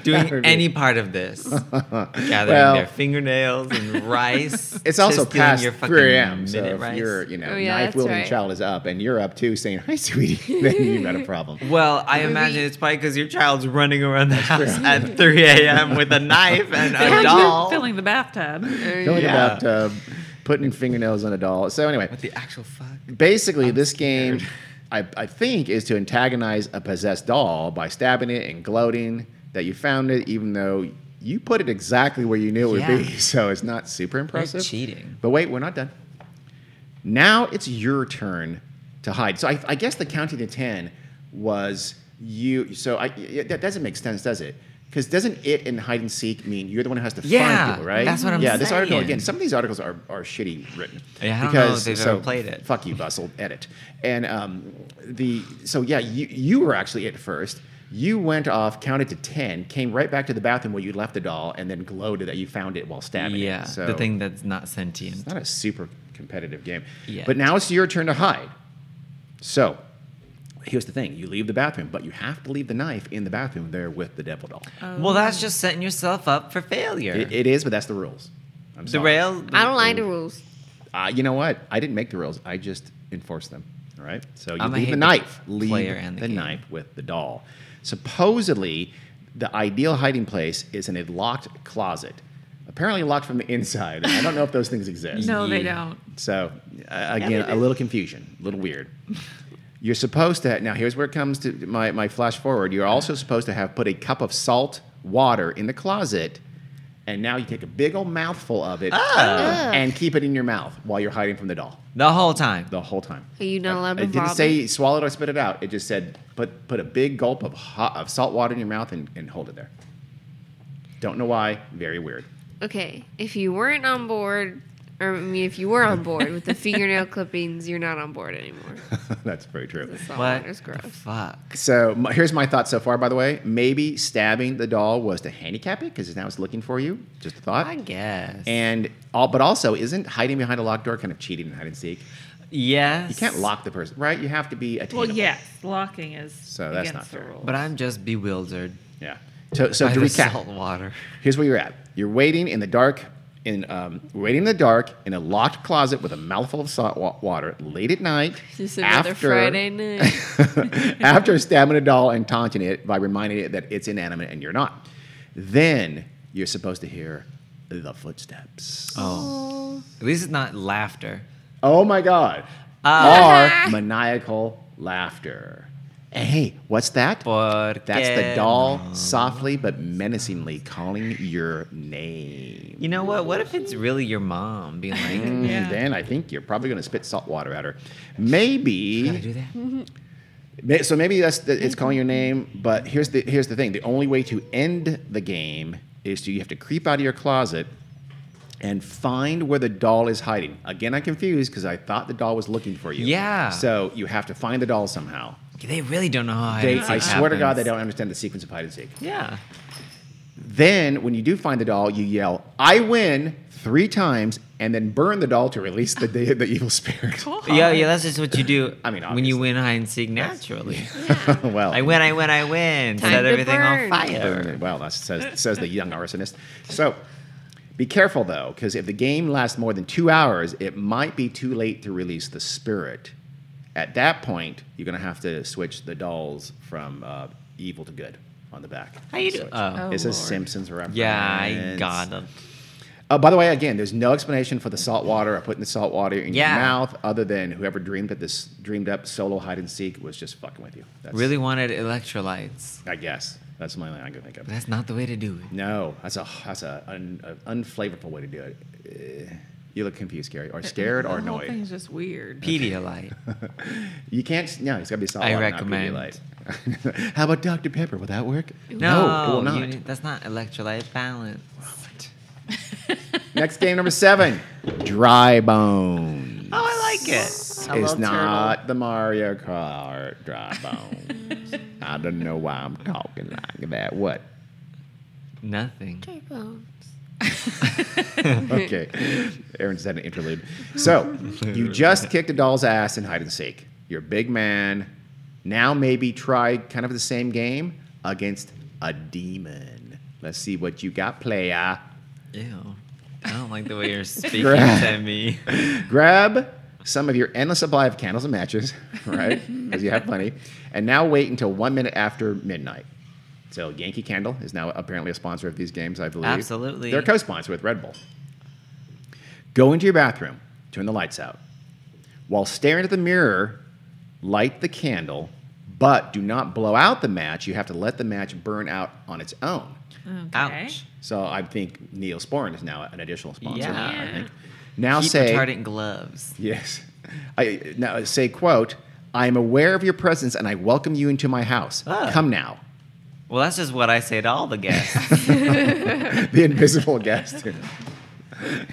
Speaker 4: doing any part of this, gathering
Speaker 2: Well-
Speaker 4: their fingernails and rice.
Speaker 2: It's also
Speaker 4: just doing
Speaker 2: past
Speaker 4: your fucking
Speaker 2: 3 a.m. So
Speaker 4: minute
Speaker 2: if
Speaker 4: rice.
Speaker 2: your you know
Speaker 3: Oh, yeah,
Speaker 2: knife
Speaker 3: that's
Speaker 2: wielding
Speaker 3: right.
Speaker 2: child is up and you're up too, saying hi, sweetie, then you've got a problem.
Speaker 4: Well, I
Speaker 3: Maybe-
Speaker 4: imagine it's probably because your child's running around the house at 3 a.m. with a knife and a doll.
Speaker 1: Filling the bathtub.
Speaker 2: Going
Speaker 4: Yeah.
Speaker 2: about uh, putting fingernails on a doll. So anyway,
Speaker 4: What the actual fuck?
Speaker 2: basically this game, I, I think, is to antagonize a possessed doll by stabbing it and gloating that you found it, even though you put it exactly where you knew it
Speaker 4: Yeah.
Speaker 2: would be. So it's not super impressive.
Speaker 4: cheating.
Speaker 2: But wait, we're not done. Now it's your turn to hide. So I, I guess the counting to ten was you. So I, yeah, that doesn't make sense, does it? Because doesn't it and hide and seek mean you're the one who has to
Speaker 4: Yeah,
Speaker 2: find people, right?
Speaker 4: that's what I'm
Speaker 2: yeah, this
Speaker 4: saying.
Speaker 2: article again. Some of these articles are, are shitty written.
Speaker 4: Yeah, I don't know if they've ever played it.
Speaker 2: Fuck you, Bustle. Edit. And um, the so yeah, you you were actually it first. You went off, counted to ten, came right back to the bathroom where you left the doll, and then gloated that you found it while stabbing it.
Speaker 4: yeah,
Speaker 2: So
Speaker 4: the thing that's not sentient.
Speaker 2: it's not a super competitive game.
Speaker 4: Yeah.
Speaker 2: But now it's your turn to hide. So here's the thing: you leave the bathroom, but you have to leave the knife in the bathroom there with the devil doll.
Speaker 4: Well, that's just setting yourself up for failure.
Speaker 2: It, it is, but that's the rules. I'm
Speaker 4: the
Speaker 2: sorry.
Speaker 4: rail.
Speaker 3: I don't like the rules.
Speaker 2: Uh, you know what? I didn't make the rules. I just enforce them. All right. So you
Speaker 4: I'ma
Speaker 2: leave
Speaker 4: hate
Speaker 2: the
Speaker 4: the
Speaker 2: knife. leave
Speaker 4: player and the game.
Speaker 2: knife with the doll. Supposedly, the ideal hiding place is in a locked closet. Apparently locked from the inside. I don't know if those things exist.
Speaker 1: No, they
Speaker 4: Yeah.
Speaker 1: don't.
Speaker 2: So uh, again, a little confusion, a little weird. You're supposed to now. Here's where it comes to my, my flash forward. You're also supposed to have put a cup of salt water in the closet, and now you take a big old mouthful of it and keep it in your mouth while you're hiding from the doll
Speaker 4: The whole time.
Speaker 2: the whole time.
Speaker 3: Are you not allowed to
Speaker 2: It didn't
Speaker 3: vomit?
Speaker 2: say swallow it or spit it out. It just said put put a big gulp of hot, of salt water in your mouth and, and hold it there. Don't know why. Very weird.
Speaker 3: Okay, if you weren't on board, or I mean, if you were on board with the fingernail clippings, you're not on board anymore.
Speaker 2: That's very true.
Speaker 3: The
Speaker 4: What?
Speaker 3: saltwater's
Speaker 4: the
Speaker 3: gross.
Speaker 4: Fuck.
Speaker 2: So m- here's my thought so far. By the way, maybe stabbing the doll was to handicap it because now it's looking for you. Just a thought.
Speaker 4: I guess.
Speaker 2: And all, but also, isn't hiding behind a locked door kind of cheating in hide and seek?
Speaker 4: yes.
Speaker 2: You can't lock the person, right? You have to be attainable.
Speaker 1: Well, yes, locking is
Speaker 2: So that's
Speaker 1: against
Speaker 2: not
Speaker 1: the
Speaker 2: fair.
Speaker 1: rules.
Speaker 4: But I'm just bewildered.
Speaker 2: Yeah. So, so
Speaker 4: by
Speaker 2: to
Speaker 4: the
Speaker 2: recap,
Speaker 4: salt water.
Speaker 2: here's where you're at. You're waiting in the dark, in um, waiting in the dark in a locked closet with a mouthful of salt wa- water late at night.
Speaker 3: Just another
Speaker 2: after-
Speaker 3: Friday night.
Speaker 2: after stabbing a doll and taunting it by reminding it that it's inanimate and you're not. Then you're supposed to hear the footsteps. Oh,
Speaker 4: At least it's not laughter.
Speaker 2: my God.
Speaker 4: Uh-huh.
Speaker 2: Or maniacal laughter. And hey, what's that?
Speaker 4: Porque
Speaker 2: That's the doll softly but menacingly calling your name.
Speaker 4: You know what? What if it's really your mom being like,
Speaker 2: And
Speaker 1: Yeah.
Speaker 2: then I think you're probably going to spit salt water at her. Maybe.
Speaker 4: "Gotta do that?"
Speaker 2: Ma- So maybe that's the, it's calling your name, but here's the here's the thing: the only way to end the game is to you have to creep out of your closet and find where the doll is hiding. Again, I'm confused because I thought the doll was looking for you.
Speaker 4: Yeah.
Speaker 2: So you have to find the doll somehow.
Speaker 4: They really don't know how.
Speaker 2: They,
Speaker 4: hide
Speaker 2: I
Speaker 4: and seek
Speaker 2: swear to God, they
Speaker 4: happens.
Speaker 2: don't understand the sequence of hide and seek.
Speaker 4: Yeah.
Speaker 2: Then, when you do find the doll, you yell "I win" three times, and then burn the doll to release the the, the evil spirit.
Speaker 4: Yeah, yeah. That's just what you do.
Speaker 2: I mean,
Speaker 4: when you
Speaker 2: obviously.
Speaker 4: win hide and seek naturally.
Speaker 2: well,
Speaker 4: I win, I win, I win.
Speaker 3: Time
Speaker 4: Set
Speaker 3: to
Speaker 4: everything on
Speaker 3: burn.
Speaker 4: fire.
Speaker 2: Well, that says says the young arsonist. So be careful though, because if the game lasts more than two hours, it might be too late to release the spirit. At that point, you're gonna have to switch the dolls from uh, evil to good on the back.
Speaker 4: How you do?
Speaker 2: Switch.
Speaker 4: Oh.
Speaker 2: it's
Speaker 1: Oh,
Speaker 2: a
Speaker 1: Lord.
Speaker 2: Simpsons reference.
Speaker 4: Yeah, I got them.
Speaker 2: Uh, by the way, again, there's no explanation for the salt water or putting the salt water in
Speaker 4: Yeah.
Speaker 2: your mouth, other than whoever dreamed that this dreamed up solo hide and seek was just fucking with you. That's,
Speaker 4: Really wanted electrolytes.
Speaker 2: I guess that's my only thing I can think of.
Speaker 4: But that's not the way to do it.
Speaker 2: No, that's a that's a, un, a unflavorful way to do it. Eh, You look confused, Gary,
Speaker 4: Uh,
Speaker 2: or scared, or
Speaker 1: the whole
Speaker 2: annoyed.
Speaker 1: thing's just weird.
Speaker 4: Pedialyte.
Speaker 2: You can't. No, it's got to be solid.
Speaker 4: I
Speaker 2: Not Pedialyte. How about Dr Pepper? Will that work?
Speaker 4: No,
Speaker 2: it will not.
Speaker 4: you need- that's not electrolyte balance.
Speaker 2: Next game number seven, Dry Bones.
Speaker 4: Oh, I like it. I
Speaker 2: it's
Speaker 4: love
Speaker 2: not the Mario Kart Dry Bones. I don't know why I'm talking like that. What?
Speaker 4: turtle. nothing.
Speaker 3: Dry bones.
Speaker 2: okay. Aaron's had an interlude. So you just kicked a doll's ass in hide and seek. You're a big man. Now maybe try kind of the same game against a demon. Let's see what you got, playa.
Speaker 4: Ew. I don't like the way you're speaking
Speaker 2: Right.
Speaker 4: to me.
Speaker 2: Grab some of your endless supply of candles and matches, right? Because you have plenty. And now wait until one minute after midnight. So Yankee Candle is now apparently a sponsor of these games, I believe.
Speaker 4: Absolutely.
Speaker 2: They're co-sponsor with Red Bull. Go into your bathroom, turn the lights out. While staring at the mirror, light the candle, but do not blow out the match. You have to let the match burn out on its own.
Speaker 1: Okay.
Speaker 4: Ouch.
Speaker 2: So I think Neosporin is now an additional sponsor.
Speaker 4: Yeah.
Speaker 2: I think. Now
Speaker 4: Heat
Speaker 2: say
Speaker 4: retardant gloves.
Speaker 2: Yes. I now say quote, I am aware of your presence and I welcome you into my house.
Speaker 4: Ah.
Speaker 2: Come now.
Speaker 4: Well, that's just what I say to all the guests.
Speaker 2: the invisible guest.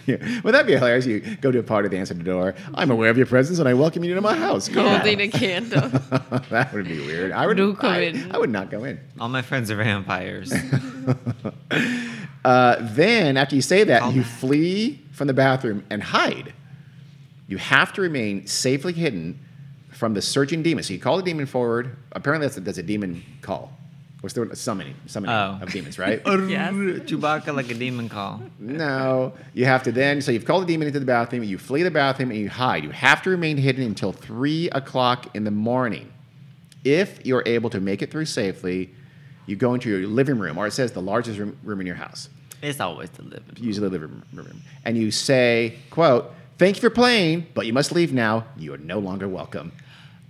Speaker 2: yeah. Well, that'd be hilarious. You go to a party, they answer the door. I'm aware of your presence, and I welcome you to my house. Come on."
Speaker 5: Holding a candle.
Speaker 2: that would be weird. I would.
Speaker 5: No come
Speaker 2: I,
Speaker 5: in.
Speaker 2: I would not go in.
Speaker 4: all my friends are vampires.
Speaker 2: Uh, then, after you say that,
Speaker 4: Oh.
Speaker 2: you flee from the bathroom and hide. You have to remain safely hidden from the searching demon. So you call the demon forward. Apparently, that's a, that's a demon call. What's the word? summoning? Summoning
Speaker 4: Oh.
Speaker 2: of demons, right?
Speaker 1: Yes.
Speaker 4: Chewbacca like a demon call.
Speaker 2: No, you have to then. So you've called the demon into the bathroom, you flee the bathroom, and you hide. You have to remain hidden until three o'clock in the morning. If you're able to make it through safely, you go into your living room, or it says the largest room, room in your house,
Speaker 4: It's always the living.
Speaker 2: usually the living room, and you say, "quote Thank you for playing, but you must leave now. You are no longer welcome."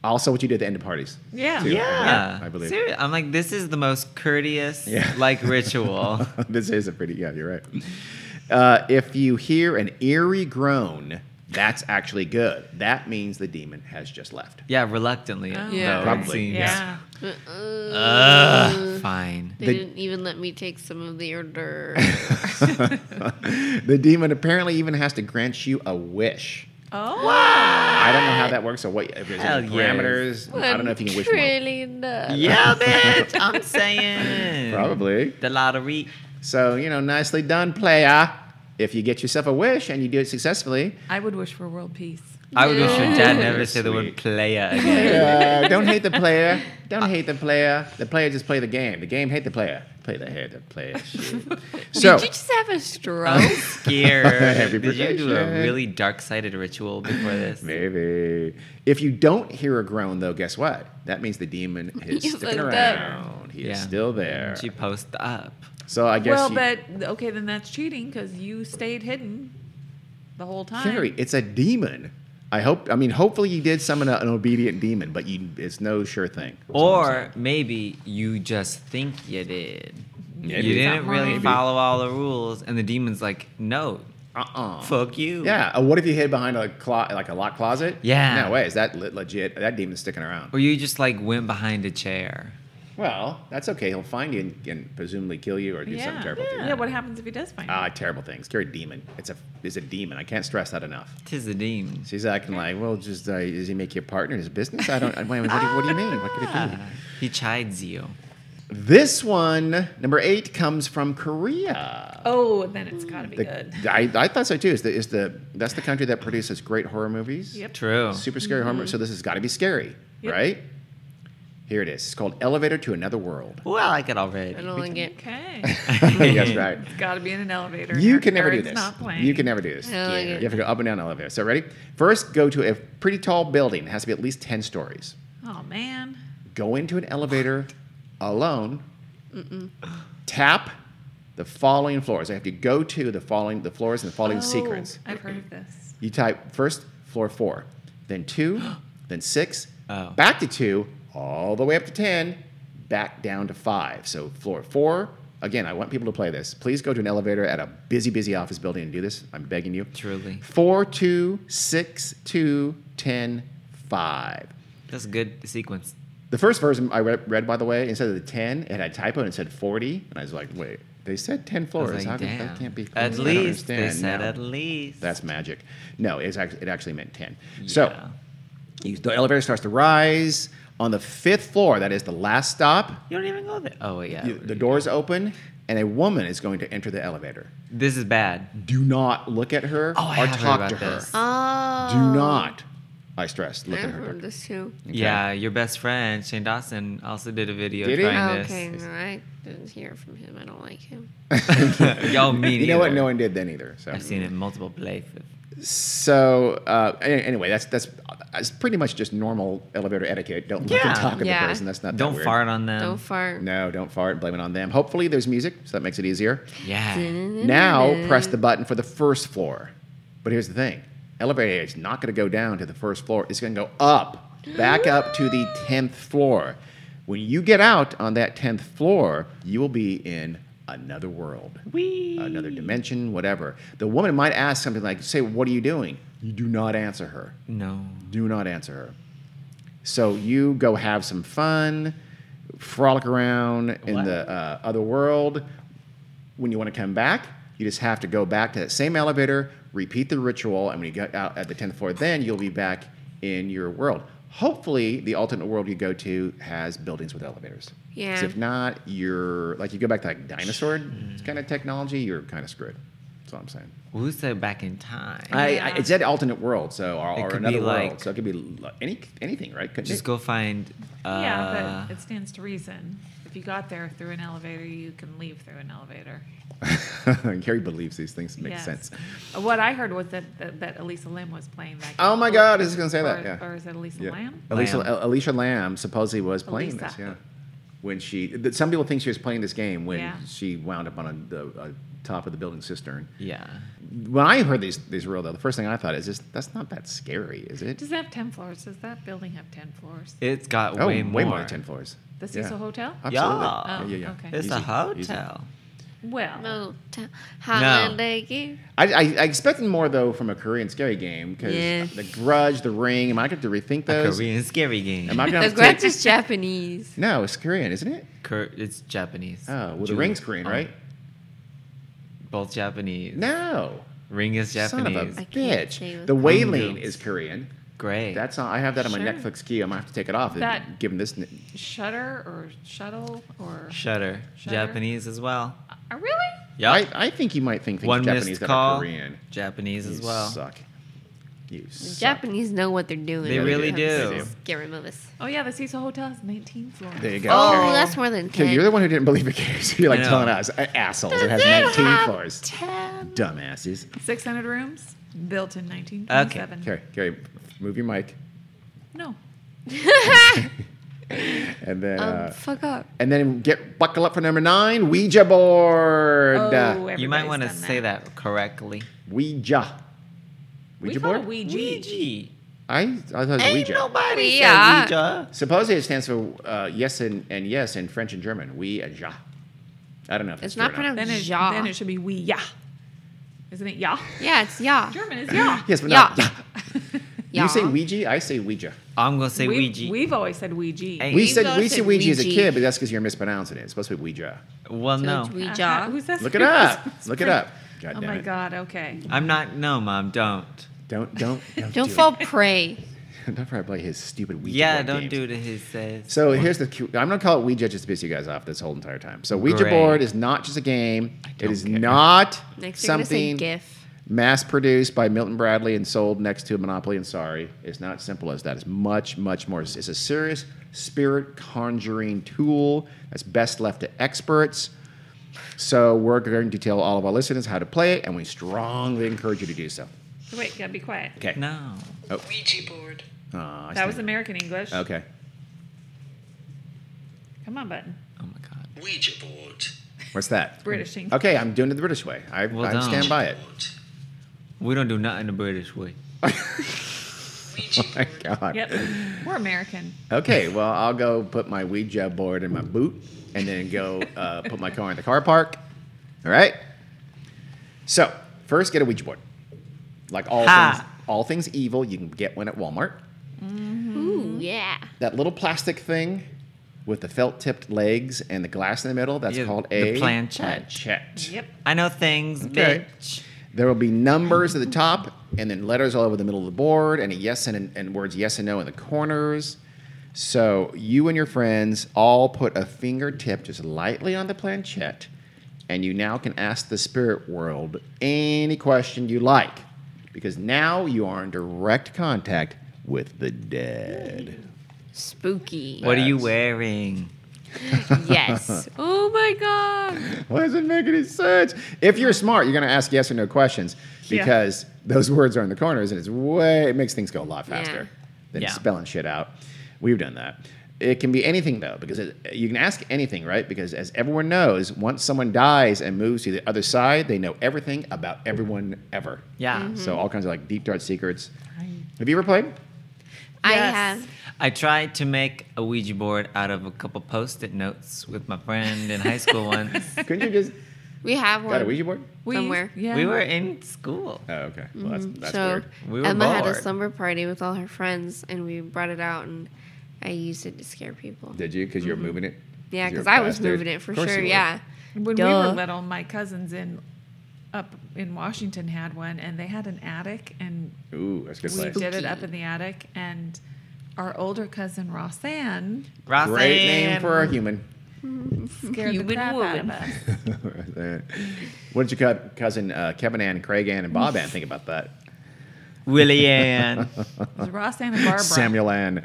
Speaker 2: Also, what you did at the end of parties.
Speaker 1: Yeah.
Speaker 2: too,
Speaker 4: Yeah,
Speaker 2: I believe.
Speaker 4: Seri- I'm like, this is the most courteous
Speaker 2: Yeah.
Speaker 4: like ritual.
Speaker 2: this is a pretty yeah you're right uh, if you hear an eerie groan that's actually good that means the demon has just left
Speaker 4: yeah, reluctantly.
Speaker 5: Yeah.
Speaker 4: though, it
Speaker 2: Probably,
Speaker 4: seems.
Speaker 1: Yeah.
Speaker 4: Ugh, fine.
Speaker 3: They
Speaker 2: The-
Speaker 3: didn't even let me take some of the hors d'oeuvres.
Speaker 2: the demon apparently even has to grant you a wish
Speaker 1: Oh.
Speaker 2: i don't know how that works or what if there's any
Speaker 4: Hell yes.
Speaker 2: parameters i don't know if you can wish one
Speaker 4: Yeah, bitch. I'm saying.
Speaker 2: probably
Speaker 4: The lottery.
Speaker 2: so you know nicely done player if you get yourself a wish and you do it successfully
Speaker 1: I would wish for world peace.
Speaker 4: I would wish your dad never say the
Speaker 2: Sweet.
Speaker 4: word player again.
Speaker 2: Uh, don't hate the player.
Speaker 3: Uh,
Speaker 2: Don't hate the player. The player just play the game. The game hate the player. Play the hate the player. Shit. So Uh,
Speaker 3: Did you just have a stroke?
Speaker 4: I'm scared.
Speaker 2: Happy
Speaker 4: Did you do a
Speaker 2: protection.
Speaker 4: really dark sided ritual before this?
Speaker 2: maybe if you don't hear a groan, though, guess what? That means the demon is
Speaker 3: He's
Speaker 2: sticking
Speaker 3: like that.
Speaker 2: around. He is
Speaker 4: Yeah.
Speaker 2: still there.
Speaker 4: She post up.
Speaker 2: So I guess
Speaker 1: well,
Speaker 2: you-
Speaker 1: but okay, then that's cheating because you stayed hidden the whole time.
Speaker 2: Carrie, it's a demon. I hope. I mean, hopefully you did summon a, an obedient demon, but you, it's no sure thing. That's what I'm saying.
Speaker 4: Or maybe you just think you did.
Speaker 2: Maybe.
Speaker 4: You didn't really
Speaker 1: Maybe.
Speaker 4: follow all the rules, and the demon's like, no,
Speaker 2: uh-uh.
Speaker 4: fuck you.
Speaker 2: Yeah. uh, What if you hid behind a clo- like a lock closet?
Speaker 4: Yeah.
Speaker 2: No way. Is that le- legit? That demon's sticking around.
Speaker 4: Or you just like went behind a chair.
Speaker 2: Well, that's okay. He'll find you and, and presumably kill you or do something
Speaker 1: Yeah.
Speaker 2: terrible to you.
Speaker 1: yeah. What happens if he does find
Speaker 2: Ah, terrible things. You're a demon. It's a is a demon. I can't stress that enough.
Speaker 4: Tis the demon.
Speaker 2: She's acting like, well, just uh, does he make you a partner in his business? I don't. I- What, do you- what do you mean? What could it
Speaker 1: Ah.
Speaker 2: be?
Speaker 4: He chides you.
Speaker 2: This one, number eight, comes from Korea.
Speaker 1: you? Oh, then it's got to be
Speaker 2: The-
Speaker 1: good.
Speaker 2: I, I thought so too. Is the, is the that's the country that produces great horror movies?
Speaker 1: Yep.
Speaker 4: True.
Speaker 2: Super scary horror. So this has got to be scary,
Speaker 1: Yep.
Speaker 2: right? Here it is. It's called Elevator to Another World.
Speaker 4: Well, I like it already.
Speaker 3: I don't like it.
Speaker 1: Okay.
Speaker 2: That's right.
Speaker 1: It's got to be in an elevator.
Speaker 2: You
Speaker 1: Your
Speaker 2: can never do
Speaker 1: parents
Speaker 2: this.
Speaker 1: Not playing.
Speaker 2: You can never do this.
Speaker 3: I like
Speaker 2: You
Speaker 3: it.
Speaker 2: have to go up and down the elevator. So ready? First, go to a pretty tall building. It has to be at least ten stories.
Speaker 1: Oh man.
Speaker 2: Go into an elevator alone. Tap the following floors. I have to go to the following the floors in the following
Speaker 1: Oh,
Speaker 2: sequence.
Speaker 1: I've heard of this.
Speaker 2: You type first floor four, then two, then six,
Speaker 4: Oh.
Speaker 2: back to two, all the way up to 10, back down to five. So floor four, again, I want people to play this. Please go to an elevator at a busy, busy office building and do this. I'm begging you.
Speaker 4: Truly.
Speaker 2: Four, two, six, two, 10, five.
Speaker 4: That's a good sequence.
Speaker 2: The first version I read, read, by the way, instead of the 10, it had typo and it said 40. And I was like, wait, they said 10
Speaker 4: I
Speaker 2: floors.
Speaker 4: was
Speaker 2: How
Speaker 4: like,
Speaker 2: could-
Speaker 4: damn.
Speaker 2: that can't be
Speaker 4: At
Speaker 2: I don't
Speaker 4: least they
Speaker 2: understand
Speaker 4: said
Speaker 2: now.
Speaker 4: at least.
Speaker 2: That's magic. No, it's actually, it actually meant 10. So
Speaker 4: Yeah.
Speaker 2: you- the elevator starts to rise. On the fifth floor, that is the last stop,
Speaker 4: you don't even go there. Oh wait, yeah.
Speaker 2: you- the doors open and a woman is going to enter the elevator.
Speaker 4: This is bad.
Speaker 2: Do not look at her
Speaker 4: Oh, I
Speaker 2: or
Speaker 4: have heard
Speaker 2: talk
Speaker 4: about
Speaker 2: to her.
Speaker 4: this.
Speaker 3: Oh. Uh-huh.
Speaker 2: Do not, I stress, look
Speaker 3: I
Speaker 2: at her.
Speaker 3: heard this too.
Speaker 4: Yeah, your best friend Shane Dawson also did a video
Speaker 2: Did he?
Speaker 4: trying
Speaker 3: Oh, okay, no, I didn't hear from him. I don't like him.
Speaker 4: this. Y'all mean
Speaker 2: You know what? No one did then either. So
Speaker 4: I've seen it multiple places.
Speaker 2: So uh, a- anyway, that's that's that's pretty much just normal elevator etiquette. Don't look
Speaker 4: Yeah.
Speaker 2: and talk at
Speaker 3: Yeah.
Speaker 2: the person. That's not that
Speaker 4: Don't
Speaker 2: weird.
Speaker 4: fart on
Speaker 2: Um,
Speaker 4: them.
Speaker 3: Don't fart.
Speaker 2: No, don't fart. Blame it on them. Hopefully, there's music, so that makes it easier.
Speaker 4: Yeah.
Speaker 2: Now press the button for the first floor. But here's the thing: elevator is not going to go down to the first floor. It's going to go up, back up to the tenth floor. When you get out on that tenth floor, you will be in another world, another dimension, whatever. The woman might ask something like, "Say, what are you doing?" You do not answer her.
Speaker 4: No.
Speaker 2: Do not answer her. So you go have some fun. frolic around in
Speaker 4: What?
Speaker 2: the uh, other world. When you want to come back, you just have to go back to that same elevator, repeat the ritual, and when you get out at the 10th floor, then you'll be back in your world. Hopefully, the alternate world you go to has buildings with elevators. 'Cause
Speaker 3: Yeah.
Speaker 2: If not, you're like you go back to like dinosaur kind of technology, you're kind of screwed. That's all I'm saying.
Speaker 4: Who said back in time?
Speaker 2: I, I
Speaker 3: Yeah.
Speaker 2: it said alternate world, so or,
Speaker 4: It
Speaker 2: or
Speaker 4: could
Speaker 2: another
Speaker 4: be
Speaker 2: world,
Speaker 4: like-
Speaker 2: so it could be li- any anything, right? Couldn't
Speaker 4: Just
Speaker 2: it?
Speaker 4: go find. Uh,
Speaker 1: yeah, but it stands to reason. If you got there through an elevator, you can leave through an elevator.
Speaker 2: Gary believes these things make
Speaker 1: Yes.
Speaker 2: sense.
Speaker 1: What I heard was that that, that Elisa Lim was playing that.
Speaker 2: Oh
Speaker 1: game.
Speaker 2: my God, I was gonna say that,
Speaker 1: Or-
Speaker 2: yeah.
Speaker 1: Or is it Elisa
Speaker 2: Yeah.
Speaker 1: Lam?
Speaker 2: Alicia,
Speaker 4: Lamb.
Speaker 2: Al- Alicia Lamb supposedly was playing
Speaker 1: Elisa.
Speaker 2: this. Yeah, when she th- some people think she was playing this game when
Speaker 1: Yeah.
Speaker 2: she wound up on a, the a top of the building cistern.
Speaker 4: yeah.
Speaker 2: When I heard these these were real though, the first thing I thought is this, that's not that scary, is it?
Speaker 1: Does it have ten floors? Does that building have ten floors?
Speaker 4: It's got
Speaker 2: oh,
Speaker 4: way more.
Speaker 2: than ten floors.
Speaker 1: The
Speaker 2: Yeah. Uh,
Speaker 1: Cecil Hotel?
Speaker 2: Absolutely.
Speaker 4: Yeah.
Speaker 1: Oh,
Speaker 2: yeah, yeah.
Speaker 1: okay.
Speaker 4: It's
Speaker 2: Easy,
Speaker 4: a
Speaker 2: easy.
Speaker 4: hotel.
Speaker 1: Well,
Speaker 3: Motel. Holiday Inn.
Speaker 2: I, I, I expected more though from a Korean scary game because
Speaker 3: Yeah.
Speaker 2: the Grudge, the Ring. Am I going to rethink
Speaker 4: A
Speaker 2: those?
Speaker 4: Korean scary game.
Speaker 2: Am I going
Speaker 3: The
Speaker 2: to
Speaker 3: Gretsch
Speaker 2: take?
Speaker 3: is Japanese.
Speaker 2: No, it's Korean, isn't it?
Speaker 4: Cur- it's Japanese.
Speaker 2: Oh, well, the
Speaker 4: Ju-
Speaker 2: Ring's Korean,
Speaker 4: oh,
Speaker 2: right?
Speaker 4: Both Japanese.
Speaker 2: No,
Speaker 4: Ring is Japanese.
Speaker 2: son of a
Speaker 3: I can't say
Speaker 2: bitch.
Speaker 3: what the-
Speaker 2: The Wailing
Speaker 4: Kongu.
Speaker 2: is Korean.
Speaker 4: Great.
Speaker 2: That's all. I have that on my
Speaker 1: Sure.
Speaker 2: Netflix queue. I'm gonna have to take it off.
Speaker 1: That-
Speaker 2: given this, n-
Speaker 1: Shutter or Shuttle or
Speaker 4: Shutter.
Speaker 1: Shudder.
Speaker 4: Japanese as well.
Speaker 1: Uh, really?
Speaker 4: Yup.
Speaker 2: I, I think you might think things
Speaker 4: One
Speaker 2: Japanese
Speaker 4: missed
Speaker 2: that
Speaker 4: call.
Speaker 2: are Korean.
Speaker 4: Japanese
Speaker 2: You
Speaker 4: as well.
Speaker 2: suck. You
Speaker 3: The
Speaker 2: suck.
Speaker 3: Japanese know what they're doing.
Speaker 4: They
Speaker 3: when it
Speaker 4: really
Speaker 3: comes to
Speaker 4: do.
Speaker 3: Scary movies.
Speaker 1: Oh yeah, the Cecil Hotel has 19 floors.
Speaker 2: There you go.
Speaker 3: Oh, that's more than
Speaker 2: Okay,
Speaker 3: ten.
Speaker 2: you're the one who didn't believe it, Gary. So you're like
Speaker 4: I know.
Speaker 2: telling us uh, assholes. It has
Speaker 3: Does it
Speaker 2: 19
Speaker 3: have
Speaker 2: floors.
Speaker 3: Ten.
Speaker 2: Dumbasses.
Speaker 1: 600 rooms built in 1927.
Speaker 4: 1927.
Speaker 2: Okay, Gary, move your mic,
Speaker 1: No.
Speaker 2: and then
Speaker 3: Um,
Speaker 2: uh,
Speaker 3: fuck up.
Speaker 2: and then get buckle up for number nine, Ouija board. Uh,
Speaker 1: Oh, everybody's
Speaker 4: you might want to
Speaker 1: done
Speaker 4: say that correctly.
Speaker 2: Ouija.
Speaker 1: We
Speaker 2: Ouija
Speaker 1: call it
Speaker 2: board.
Speaker 1: Ouija.
Speaker 4: Ouija.
Speaker 2: I I thought it was
Speaker 4: Ain't
Speaker 2: Ouija.
Speaker 4: nobody
Speaker 3: Yeah.
Speaker 4: said Ouija.
Speaker 2: Supposedly it stands for uh, yes and, and yes in French and German. We and ja. I don't know if
Speaker 3: It's
Speaker 2: it's
Speaker 3: not pronounced
Speaker 1: Then it,
Speaker 3: ja.
Speaker 1: then it should be we ya. Isn't it ya?
Speaker 3: yeah, it's yeah.
Speaker 1: German is ya.
Speaker 2: Yes, but
Speaker 3: Ja.
Speaker 2: not ja.
Speaker 3: yeah.
Speaker 2: You say Ouija, I say Ouija.
Speaker 4: I'm going to say
Speaker 1: We've-
Speaker 4: Ouija.
Speaker 1: We've always said Ouija.
Speaker 4: Hey,
Speaker 2: We
Speaker 3: You
Speaker 2: said
Speaker 3: guys
Speaker 2: we
Speaker 3: said
Speaker 2: said Ouija, as a
Speaker 3: Ouija.
Speaker 2: kid, but that's because you're mispronouncing it. It's supposed to be Ouija.
Speaker 4: well, no.
Speaker 3: It's Ouija.
Speaker 1: Uh-huh. Who says
Speaker 2: Look it up. Look it up. God
Speaker 1: Oh
Speaker 2: damn
Speaker 1: my
Speaker 2: it.
Speaker 1: god. Okay.
Speaker 4: I'm not. No, Mom, don't.
Speaker 2: Don't don't don't,
Speaker 3: Don't
Speaker 2: do
Speaker 3: fall prey.
Speaker 2: It. Don't probably play his stupid Ouija.
Speaker 4: yeah,
Speaker 2: board
Speaker 4: don't
Speaker 2: games.
Speaker 4: do it. He says.
Speaker 2: So here's the. cu- I'm gonna call it Ouija just to piss you guys off this whole entire time. So Ouija
Speaker 4: Great.
Speaker 2: board is not just a game. It
Speaker 4: don't
Speaker 2: is
Speaker 4: care.
Speaker 2: not
Speaker 3: Next, you're gonna say
Speaker 2: something
Speaker 3: GIF.
Speaker 2: mass produced by Milton Bradley and sold next to Monopoly and Sorry. It's not simple as that. It's much, much more. It's a serious spirit conjuring tool that's best left to experts. So we're going to tell all of our listeners how to play it, and we strongly encourage you to do so.
Speaker 1: Wait. Gotta be quiet.
Speaker 2: Okay.
Speaker 4: No.
Speaker 5: Ouija board.
Speaker 2: Aw, I
Speaker 1: That was
Speaker 2: see.
Speaker 1: American English.
Speaker 2: okay.
Speaker 1: Come on, button.
Speaker 4: Oh, my God.
Speaker 5: Ouija board.
Speaker 2: What's that?
Speaker 1: British English.
Speaker 2: Okay, I'm doing it the British way. I,
Speaker 4: Well
Speaker 2: I
Speaker 4: done.
Speaker 2: stand by it.
Speaker 5: Board.
Speaker 4: We don't do nothing the British way.
Speaker 5: Ouija
Speaker 2: My
Speaker 5: board.
Speaker 2: God.
Speaker 1: Yep. We're American.
Speaker 2: Okay, well, I'll go put my Ouija board in my boot and then go uh, put my car in the car park. All right? So, first, get a Ouija board. Like all,
Speaker 4: Ha.
Speaker 2: things, all things evil, you can get one at Walmart.
Speaker 3: Ooh, yeah.
Speaker 2: That little plastic thing with the felt tipped legs and the glass in the middle, that's
Speaker 4: Yeah,
Speaker 2: called a
Speaker 4: the planchette.
Speaker 2: planchette.
Speaker 1: Yep.
Speaker 4: I know things,
Speaker 2: Okay.
Speaker 4: bitch.
Speaker 2: There will be numbers at the top and then letters all over the middle of the board and a yes and, and words yes and no in the corners. So you and your friends all put a fingertip just lightly on the planchette, and you now can ask the spirit world any question you like because now you are in direct contact with the dead.
Speaker 3: Spooky.
Speaker 4: What are you
Speaker 2: That's-
Speaker 4: wearing?
Speaker 3: yes. Oh my god.
Speaker 2: Why does it make any sense? If you're smart, you're going to ask yes or no questions because those words are in the corners and it's way, it makes things go a lot faster
Speaker 3: Yeah.
Speaker 2: than
Speaker 4: Yeah.
Speaker 2: spelling shit out. We've done that. It can be anything though, because it, you can ask anything, right? Because as everyone knows, once someone dies and moves to the other side, they know everything about everyone ever.
Speaker 4: Yeah.
Speaker 3: Mm-hmm.
Speaker 2: So all kinds of like deep dark secrets. Have you ever played?
Speaker 3: I
Speaker 1: Yes.
Speaker 3: have.
Speaker 4: I tried to make a Ouija board out of a couple post-it notes with my friend in high school once.
Speaker 2: Couldn't you just
Speaker 3: We have one.
Speaker 2: got a Ouija board?
Speaker 1: We,
Speaker 3: Somewhere.
Speaker 1: Yeah.
Speaker 4: We were in school.
Speaker 2: Oh, okay. Well, that's, that's
Speaker 3: Mm-hmm. so
Speaker 2: weird.
Speaker 4: We were
Speaker 3: Emma had a
Speaker 4: bored.
Speaker 3: slumber party with all her friends, and we brought it out, and I used it to scare people.
Speaker 2: Did you? Because you were moving it.
Speaker 3: Mm-hmm. Yeah,
Speaker 2: 'Cause you're
Speaker 3: because
Speaker 2: a
Speaker 3: I was
Speaker 2: bastard.
Speaker 3: moving it for
Speaker 2: Of course
Speaker 3: sure.
Speaker 2: you were.
Speaker 3: Yeah.
Speaker 1: When we
Speaker 3: Duh.
Speaker 1: were little, my cousins in up in Washington had one, and they had an attic, and
Speaker 2: Ooh, that's a good
Speaker 1: we
Speaker 2: place.
Speaker 1: did it up in the attic. And our older cousin Roseanne
Speaker 4: Roxanne.
Speaker 2: Great name for a human.
Speaker 1: scared the
Speaker 3: Human
Speaker 1: crap out of
Speaker 3: woman.
Speaker 1: us.
Speaker 2: what did your cou- cousin uh, Kevin Ann, Craig Ann, and Bob Ann think about that?
Speaker 4: Willie Ann.
Speaker 1: It was Roseanne and Barbara.
Speaker 2: Samuel Ann,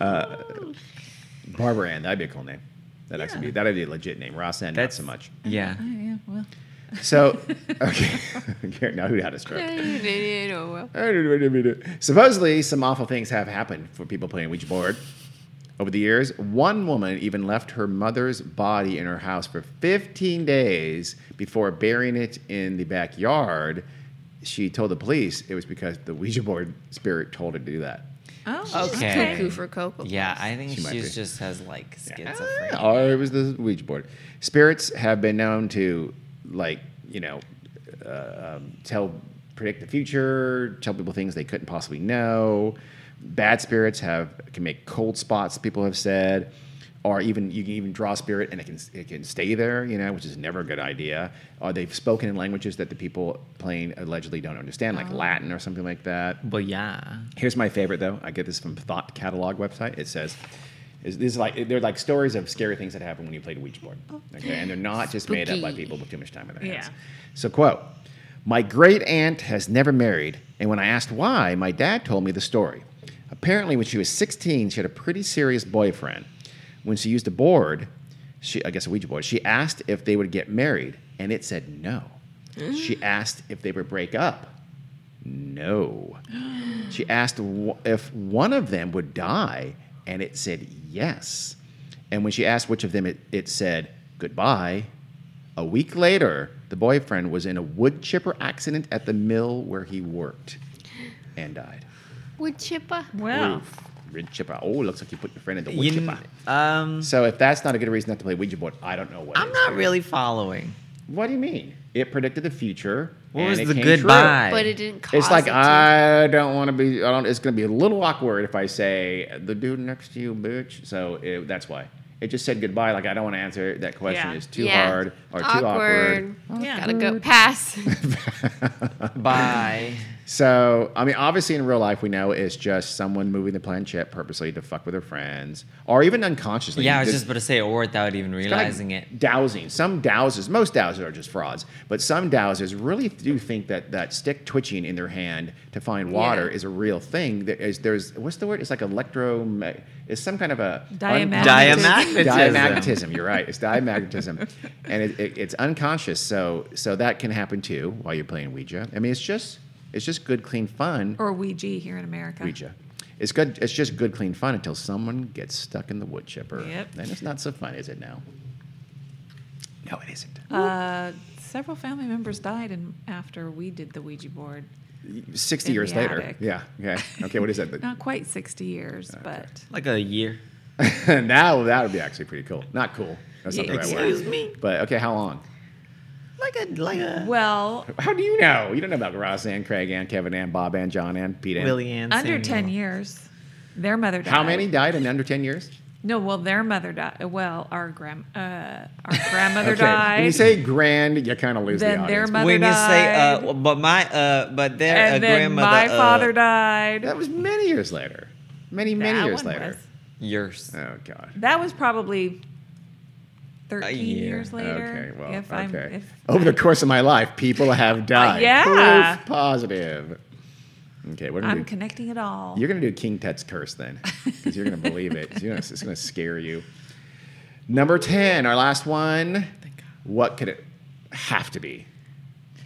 Speaker 2: uh, Barbara Ann. That'd be a cool name. That'd actually be that'd be a legit name. Ross Ann, not
Speaker 4: That's-
Speaker 2: so much.
Speaker 4: yeah.
Speaker 1: Oh, yeah, well,
Speaker 2: So okay, now who had a stroke?
Speaker 3: oh, well.
Speaker 2: Supposedly, some awful things have happened for people playing Ouija board. Over the years, one woman even left her mother's body in her house for 15 days before burying it in the backyard. She told the police it was because the Ouija board spirit told her to do that.
Speaker 1: oh,
Speaker 3: She's
Speaker 4: Okay.
Speaker 3: cuckoo for Cocoa
Speaker 4: Yeah, I think
Speaker 2: She might be.
Speaker 4: she's just has like schizophrenia.
Speaker 2: Ah, Or it was the Ouija board. Spirits have been known to, like, you know, uh, um, tell, predict the future, tell people things they couldn't possibly know. Bad spirits have can make cold spots. People have said, or even you can even draw spirit and it can it can stay there, you know, which is never a good idea. Or they've spoken in languages that the people playing allegedly don't understand, like Latin or something like that.
Speaker 4: But yeah.
Speaker 2: Here's my favorite though. I get this from Thought Catalog website. It says, "Is this is like they're like stories of scary things that happen when you played Ouija board?" Okay, and they're not just made up by
Speaker 3: Spooky.
Speaker 2: people with too much time on their hands.
Speaker 1: Yeah.
Speaker 2: So quote, "My great aunt has never married, and when I asked why, my dad told me the story. Apparently, when she was 16, she had a pretty serious boyfriend. When she used a board, she I guess a Ouija board, she asked if they would get married, and it said no. She asked if they would break up. No. She asked wh- if one of them would die, and it said yes. And when she asked which of them, it, it said goodbye. A week later, the boyfriend was in a wood chipper accident at the mill where he worked and died.
Speaker 3: Wood chipper.
Speaker 4: Oh.
Speaker 1: well,
Speaker 2: Oof. Wood chipper. Oh, looks like you put your friend in the wood
Speaker 4: You, kn-
Speaker 2: chipper.
Speaker 4: um,
Speaker 2: So if that's not a good reason not to play Ouija board, I don't know what.
Speaker 4: I'm
Speaker 2: is.
Speaker 4: not really following.
Speaker 2: What do you mean? It predicted the future.
Speaker 4: What
Speaker 2: and
Speaker 4: was
Speaker 2: it
Speaker 4: the
Speaker 2: came
Speaker 4: goodbye?
Speaker 3: But it didn't cause
Speaker 2: It's like
Speaker 3: it to-
Speaker 2: I don't want to be. I don't. It's gonna be a little awkward if I say the dude next to you, bitch. So it, that's why it just said goodbye. Like I don't want to answer that question.
Speaker 1: Yeah.
Speaker 2: It's too
Speaker 3: Yeah.
Speaker 2: hard or too awkward.
Speaker 1: Yeah.
Speaker 3: Gotta go pass.
Speaker 4: Bye.
Speaker 2: So I mean, obviously in real life we know it's just someone moving the planchette purposely to fuck with their friends or even unconsciously.
Speaker 4: yeah, I was
Speaker 2: This-
Speaker 4: just about to say or without even
Speaker 2: kinda
Speaker 4: realizing it.
Speaker 2: Dowsing. Some dowsers, most dowsers are just frauds, but some dowsers really do think that that stick twitching in their hand to find water
Speaker 3: Yeah.
Speaker 2: is a real thing. There is, there's what's the word? It's like electro. It's some kind of a
Speaker 1: Diamagnetism.
Speaker 4: Diamagnetism.
Speaker 2: diamagnetism. You're right. It's diamagnetism, and it, it, it's unconscious. So so that can happen too while you're playing Ouija. I mean, it's just it's just good, clean fun.
Speaker 1: or Ouija here in America.
Speaker 2: Ouija. It's good. It's just good, clean fun until someone gets stuck in the wood chipper.
Speaker 1: Yep.
Speaker 2: Then it's not so fun, is it now? No, it isn't.
Speaker 1: Uh, several family members died in, after we did the Ouija board.
Speaker 2: Sixty
Speaker 1: in
Speaker 2: years
Speaker 1: the
Speaker 2: later.
Speaker 1: attic.
Speaker 2: Yeah. Okay. Okay. What is that?
Speaker 1: Not quite 60 years, but
Speaker 4: Like a year.
Speaker 2: now that would be actually pretty cool. Not cool. That's not the
Speaker 1: Yeah,
Speaker 2: right
Speaker 4: Excuse
Speaker 2: word.
Speaker 4: me.
Speaker 2: But okay, how long?
Speaker 4: Like a like a
Speaker 1: well,
Speaker 2: How do you know? You don't know about Ross and Craig and Kevin and Bob and John and Pete and
Speaker 4: Willie Ann.
Speaker 1: under
Speaker 4: Samuel.
Speaker 1: 10 years, their mother died.
Speaker 2: How many died in under ten years?
Speaker 1: No, well, their mother died. Well, our grand, uh, our grandmother
Speaker 2: okay.
Speaker 1: died.
Speaker 2: When you say grand, you kind of lose the
Speaker 1: then
Speaker 2: audience.
Speaker 1: their mother
Speaker 4: When you say
Speaker 1: died.
Speaker 4: uh but my uh but their uh,
Speaker 1: and then
Speaker 4: grandmother
Speaker 1: my father
Speaker 4: uh,
Speaker 1: died.
Speaker 2: that was many years later. Many many
Speaker 1: That
Speaker 2: years
Speaker 1: one
Speaker 2: later.
Speaker 1: was-
Speaker 4: yours.
Speaker 2: Oh God.
Speaker 1: that was probably 13
Speaker 4: year.
Speaker 1: years later.
Speaker 2: Okay, well,
Speaker 1: if
Speaker 2: okay.
Speaker 1: I'm, if Uh,
Speaker 2: Over the course of my life, people have died.
Speaker 1: yeah.
Speaker 2: Proof positive. Okay, we're gonna
Speaker 1: I'm
Speaker 2: do,
Speaker 1: connecting it all.
Speaker 2: you're gonna do King Tut's curse then, because you're gonna believe it. You know, it's, it's gonna scare you. Number ten, our last one. What could it have to be?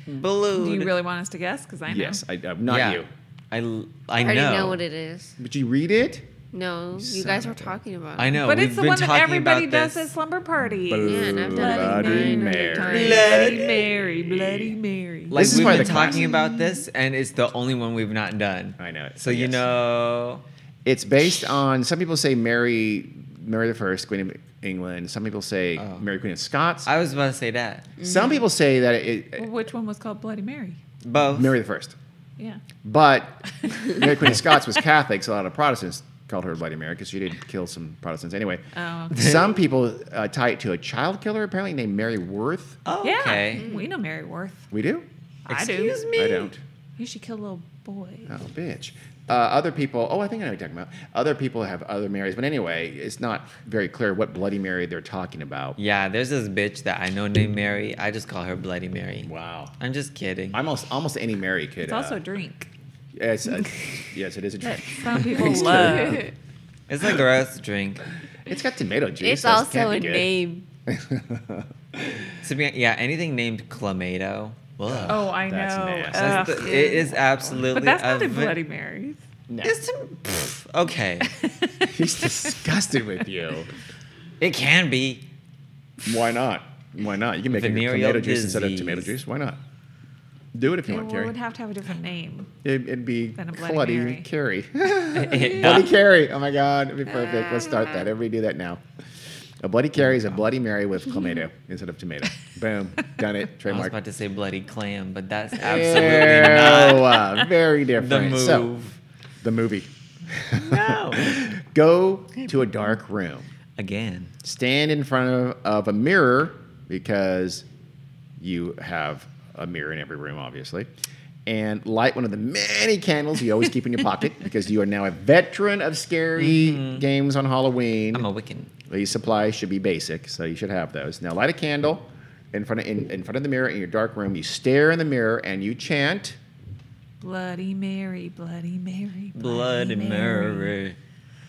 Speaker 4: Balloon.
Speaker 1: Do you really want us to guess? Because I know.
Speaker 2: Yes, I, uh, not
Speaker 4: Yeah.
Speaker 2: you.
Speaker 4: I l- I
Speaker 3: I already
Speaker 4: know.
Speaker 3: know what it is.
Speaker 2: But you read it.
Speaker 3: No, you
Speaker 2: son
Speaker 3: guys were
Speaker 2: of a-
Speaker 3: talking about it.
Speaker 4: I know.
Speaker 1: But
Speaker 4: We've
Speaker 1: it's the
Speaker 4: been
Speaker 1: one that
Speaker 4: talking
Speaker 1: everybody
Speaker 4: about
Speaker 1: does
Speaker 4: this.
Speaker 1: at slumber party.
Speaker 3: Yeah, and I've done it
Speaker 2: Bloody
Speaker 3: nine hundred
Speaker 2: Mary.
Speaker 3: times.
Speaker 1: Bloody Mary, Bloody Mary.
Speaker 4: Like
Speaker 2: This is
Speaker 4: we've
Speaker 2: why
Speaker 4: been
Speaker 2: the
Speaker 4: talking
Speaker 2: classic-
Speaker 4: about this, and it's the only one we've not done.
Speaker 2: I know it.
Speaker 4: So you
Speaker 2: Yes.
Speaker 4: know,
Speaker 2: It's based on some people say Mary, Mary the First, Queen of England. Some people say
Speaker 4: Oh.
Speaker 2: Mary Queen of Scots.
Speaker 4: I was about to say that.
Speaker 2: Some
Speaker 1: Mm-hmm.
Speaker 2: people say that it,
Speaker 1: Well, which one was called Bloody Mary?
Speaker 4: Both.
Speaker 2: Mary the First,
Speaker 1: Yeah.
Speaker 2: but Mary Queen of Scots was Catholic, so a lot of Protestants called her Bloody Mary because she did kill some Protestants. Anyway,
Speaker 1: Oh,
Speaker 2: some people uh, tie it to a child killer apparently named Mary Worth.
Speaker 4: Oh,
Speaker 1: Yeah,
Speaker 4: okay.
Speaker 1: we know Mary Worth.
Speaker 2: We do?
Speaker 4: Excuse
Speaker 1: I do.
Speaker 4: me.
Speaker 2: I don't.
Speaker 1: You should kill little boys.
Speaker 2: Oh, bitch. Uh, other people, oh, I think I know what you're talking about. Other people have other Marys, but anyway, it's not very clear what Bloody Mary they're talking about.
Speaker 4: Yeah, there's this bitch that I know named Mary. I just call her Bloody Mary.
Speaker 2: Wow.
Speaker 4: I'm just kidding.
Speaker 2: Almost, almost any Mary could.
Speaker 1: It's
Speaker 2: uh,
Speaker 1: also a drink
Speaker 2: Yes, uh, yes, it is a
Speaker 1: that
Speaker 2: drink.
Speaker 1: some people love.
Speaker 4: It's a gross drink.
Speaker 2: It's got tomato juice.
Speaker 3: It's
Speaker 2: so it
Speaker 3: also
Speaker 2: can't be
Speaker 3: a
Speaker 2: good.
Speaker 3: name.
Speaker 4: To be, yeah, anything named Clamato. Ugh.
Speaker 1: Oh, I
Speaker 2: That's
Speaker 1: know.
Speaker 2: nasty.
Speaker 1: Ugh.
Speaker 4: That's the- it is absolutely.
Speaker 1: but that's not
Speaker 4: a
Speaker 1: in
Speaker 4: vi-
Speaker 1: Bloody Mary's.
Speaker 2: No.
Speaker 4: It's to- pff, okay.
Speaker 2: He's disgusted with you.
Speaker 4: it can be.
Speaker 2: Why not? Why not? You can make it
Speaker 4: Venereal
Speaker 2: tomato juice instead of
Speaker 4: disease.
Speaker 2: tomato juice. Why not? Do it if you
Speaker 1: It
Speaker 2: want, Carrie.
Speaker 1: would have to have a different name.
Speaker 2: It, it'd be
Speaker 1: Than a Bloody
Speaker 2: Bloody
Speaker 1: Mary.
Speaker 2: Carrie. Bloody
Speaker 4: Yeah.
Speaker 2: Carrie. Oh my God, it'd be perfect. Let's start
Speaker 1: Ah.
Speaker 2: that. Everybody do that now. A Bloody Carrie
Speaker 4: Oh
Speaker 2: is a Bloody Mary with clamato instead of tomato. Boom. Done it.
Speaker 4: I was
Speaker 2: Trademark.
Speaker 4: about to say bloody clam, but that's
Speaker 2: Ew,
Speaker 4: absolutely
Speaker 2: uh, very
Speaker 4: the
Speaker 2: different.
Speaker 4: move.
Speaker 2: So, the movie.
Speaker 4: No.
Speaker 2: Go to a dark room.
Speaker 4: Again.
Speaker 2: stand in front of, of a mirror because you have a mirror in every room, obviously, and light one of the many candles you always keep in your pocket because you are now a veteran of scary games on Halloween.
Speaker 4: Mm-hmm. I'm a Wiccan.
Speaker 2: These supplies should be basic, so you should have those. Now light a candle in front of in, in front of the mirror in your dark room. You stare in the mirror and you chant.
Speaker 1: Bloody Mary, Bloody Mary,
Speaker 4: Bloody Mary.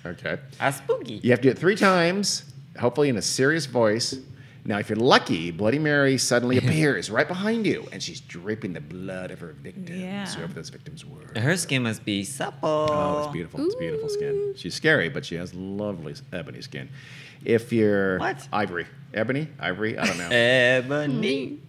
Speaker 2: Okay.
Speaker 4: I spooky.
Speaker 2: You have to do it three times, hopefully in a serious voice. Now, if you're lucky, Bloody Mary suddenly appears right behind you, and she's dripping the blood of her victims,
Speaker 1: Yeah.
Speaker 2: whoever those victims were.
Speaker 4: Her skin must be supple.
Speaker 2: Oh, it's beautiful. It's beautiful skin. She's scary, but she has lovely ebony skin. If you're
Speaker 4: What?
Speaker 2: ivory, ebony, ivory, I don't know.
Speaker 4: Ebony.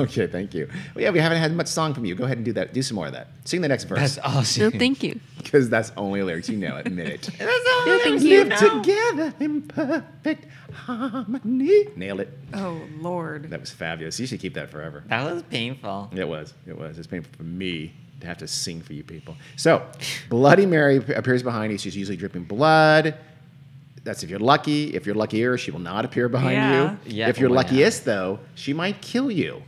Speaker 2: okay, thank you. Well, yeah, we haven't had much song from you. Go ahead and do that. Do some more of that. Sing the next verse
Speaker 4: That's all she.
Speaker 3: No, thank you.
Speaker 2: because that's only lyrics you know. Admit it.
Speaker 4: That's
Speaker 3: No,
Speaker 4: all there
Speaker 3: thank
Speaker 4: is
Speaker 3: you.
Speaker 2: Live
Speaker 4: to know.
Speaker 2: together in perfect harmony. Nailed it.
Speaker 1: Oh Lord.
Speaker 2: That was fabulous. You should keep that forever.
Speaker 4: That was painful.
Speaker 2: It was. It was. It's painful for me to have to sing for you people. So, Bloody Mary appears behind you. She's usually dripping blood. That's if you're lucky. If you're luckier, she will not appear behind
Speaker 1: Yeah.
Speaker 2: you.
Speaker 4: Yeah,
Speaker 2: if you're
Speaker 4: why not?
Speaker 2: luckiest, though, she might kill you.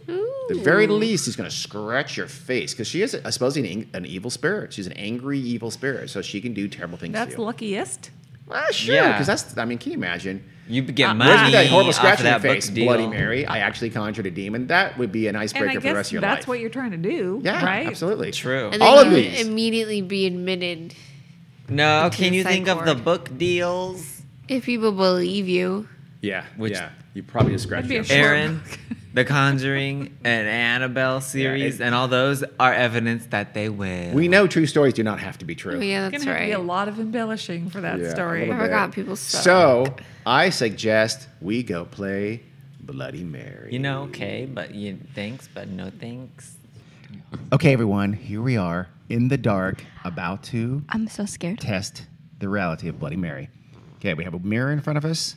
Speaker 2: The very least, she's going to scratch your face because she is, I suppose, an, ang- an evil spirit. She's an angry, evil spirit, so she can do terrible things
Speaker 1: That's
Speaker 2: to you.
Speaker 1: luckiest.
Speaker 2: Ah, sure,
Speaker 4: Yeah.
Speaker 2: because that's. I mean, can you imagine?
Speaker 4: You get
Speaker 1: Uh,
Speaker 4: money.
Speaker 1: Where's
Speaker 2: Imagine that horrible
Speaker 4: off
Speaker 2: scratch
Speaker 4: of
Speaker 2: on your
Speaker 4: that book
Speaker 2: face,
Speaker 4: deal.
Speaker 2: Bloody Mary. I actually conjured a demon. That would be an
Speaker 1: And I
Speaker 2: icebreaker for the
Speaker 1: guess
Speaker 2: rest of your
Speaker 1: that's
Speaker 2: life.
Speaker 1: what you're trying to do,
Speaker 2: Yeah,
Speaker 1: right?
Speaker 2: absolutely.
Speaker 4: True.
Speaker 3: And then
Speaker 2: All of
Speaker 3: you
Speaker 2: these.
Speaker 3: would immediately be admitted
Speaker 4: No,
Speaker 3: Into
Speaker 4: can
Speaker 3: the
Speaker 4: you
Speaker 3: psych
Speaker 4: think of the
Speaker 3: ward.
Speaker 4: book deals?
Speaker 3: if people believe you.
Speaker 2: Yeah,
Speaker 4: Which-
Speaker 2: yeah. You probably just scratched
Speaker 1: That'd
Speaker 2: your
Speaker 1: be a
Speaker 2: head.
Speaker 4: Aaron, The Conjuring, and Annabelle series,
Speaker 2: it-
Speaker 4: and all those are evidence that they will.
Speaker 2: We know true stories do not have to be true.
Speaker 3: Oh, yeah,
Speaker 1: It's
Speaker 3: that's
Speaker 1: gonna
Speaker 3: right.
Speaker 1: be a lot of embellishing for that
Speaker 2: Yeah, a
Speaker 1: story.
Speaker 2: little
Speaker 3: I
Speaker 2: bit.
Speaker 3: forgot people suck.
Speaker 2: So I suggest we go play Bloody Mary.
Speaker 4: You know, okay, but you thanks, but no thanks.
Speaker 2: Okay, everyone. Here we are in the dark, about to
Speaker 6: I'm so scared.
Speaker 2: test the reality of Bloody Mary. Okay, we have a mirror in front of us.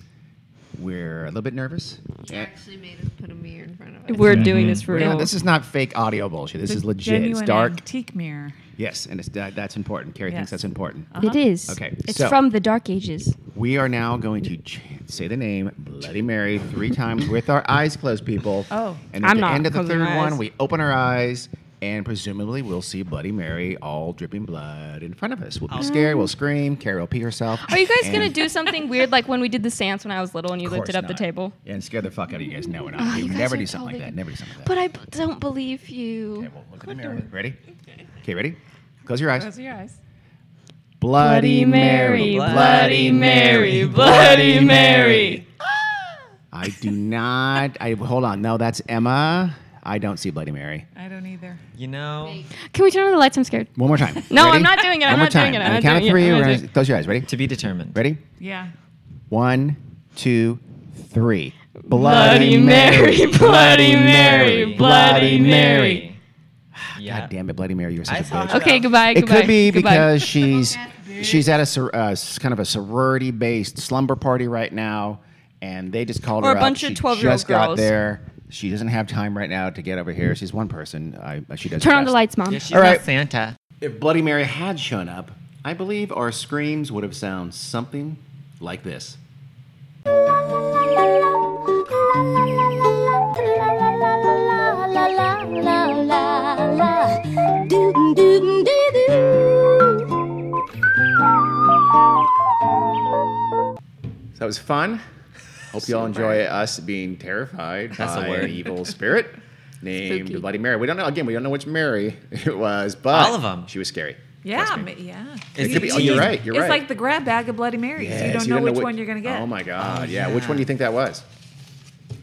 Speaker 2: We're a little bit nervous.
Speaker 3: actually made us put a mirror in front of us.
Speaker 6: We're doing this for
Speaker 2: We're
Speaker 6: real.
Speaker 2: not- this is not fake audio bullshit. This
Speaker 1: The
Speaker 2: is legit. It's
Speaker 1: genuine
Speaker 2: dark.
Speaker 1: antique mirror.
Speaker 2: Yes, and it's that, that's important. Carrie thinks
Speaker 1: Yes.
Speaker 2: that's important.
Speaker 6: It is.
Speaker 2: Uh-huh. Okay,
Speaker 6: It's
Speaker 2: so-
Speaker 6: from the Dark Ages.
Speaker 2: We are now going to ch- say the name Bloody Mary three times with our eyes closed, people.
Speaker 1: Oh.
Speaker 2: and at
Speaker 6: I'm
Speaker 2: the
Speaker 6: not
Speaker 2: end of the
Speaker 6: closing
Speaker 2: third
Speaker 6: my
Speaker 2: one,
Speaker 6: eyes.
Speaker 2: we open our eyes, and presumably we'll see Bloody Mary all dripping blood in front of us. We'll be scared. We'll scream. Carrie will pee herself.
Speaker 6: Oh. Are you guys
Speaker 2: and-
Speaker 6: gonna do something weird like when we did the seance when I was little and you
Speaker 2: Of
Speaker 6: lifted
Speaker 2: course
Speaker 6: up the
Speaker 2: not.
Speaker 6: table?
Speaker 2: and scare the fuck out of you guys? No, we're not.
Speaker 6: Oh,
Speaker 2: we
Speaker 6: you
Speaker 2: would
Speaker 6: guys
Speaker 2: never
Speaker 6: are
Speaker 2: do something like
Speaker 6: totally
Speaker 2: that. Never do something like that.
Speaker 6: But I b- don't believe you.
Speaker 2: okay, well, look in the mirror. Ready? Okay, ready? Close your eyes.
Speaker 1: Close your eyes.
Speaker 2: Bloody Mary,
Speaker 4: Bloody
Speaker 6: Mary,
Speaker 4: Bloody Mary.
Speaker 2: I do not. I hold on. No, that's Emma. I don't see Bloody Mary.
Speaker 1: I don't either.
Speaker 4: You know,
Speaker 6: Can we turn on the lights? I'm scared.
Speaker 2: One more time.
Speaker 6: No,
Speaker 2: Ready?
Speaker 6: I'm not doing it.
Speaker 2: One
Speaker 6: I'm
Speaker 2: more
Speaker 6: not
Speaker 2: time.
Speaker 6: doing
Speaker 2: On
Speaker 6: it. I'm
Speaker 2: the
Speaker 6: not
Speaker 2: count of
Speaker 6: doing it.
Speaker 2: three,
Speaker 6: I'm
Speaker 2: we're
Speaker 6: not
Speaker 2: gonna
Speaker 6: doing
Speaker 2: close your eyes. Ready?
Speaker 4: to be determined.
Speaker 2: Ready?
Speaker 1: Yeah.
Speaker 2: One, two, three.
Speaker 6: Bloody Mary, Bloody Mary, Bloody Mary.
Speaker 4: Yeah.
Speaker 2: God damn it, Bloody Mary! You're such
Speaker 4: I
Speaker 2: a
Speaker 4: saw
Speaker 2: bitch.
Speaker 4: her.
Speaker 6: Okay, goodbye.
Speaker 2: It
Speaker 6: goodbye.
Speaker 2: could be
Speaker 6: goodbye.
Speaker 2: because she's she's at a sor- uh, s- kind of a sorority based slumber party right now, and they just called
Speaker 6: Or a
Speaker 2: her
Speaker 6: bunch
Speaker 2: up.
Speaker 6: of
Speaker 2: She
Speaker 6: 12-year-old
Speaker 2: just got
Speaker 6: girls.
Speaker 2: there. She doesn't have time right now to get over here. She's one person. I, she does.
Speaker 6: turn on
Speaker 2: best.
Speaker 6: the lights, mom.
Speaker 4: Yeah, she's
Speaker 2: All right.
Speaker 4: not Santa.
Speaker 2: If Bloody Mary had shown up, I believe our screams would have sounded something like this. So that was fun. Hope y'all enjoy us being terrified
Speaker 4: That's a
Speaker 2: by
Speaker 4: word.
Speaker 2: an evil spirit named
Speaker 6: Spooky.
Speaker 2: Bloody Mary. We don't know. Again, we don't know which Mary it was, but
Speaker 4: All of 'em.
Speaker 2: She was scary.
Speaker 1: Yeah,
Speaker 2: Trust me.
Speaker 1: ma- yeah.
Speaker 4: It could be-
Speaker 2: oh, you're right. You're
Speaker 1: it's
Speaker 2: right.
Speaker 1: like the grab bag of Bloody Marys.
Speaker 2: Yes,
Speaker 1: you don't know which
Speaker 2: whi-
Speaker 1: one you're gonna get.
Speaker 2: Oh my God! yeah.
Speaker 4: yeah.
Speaker 2: which one do you think that was?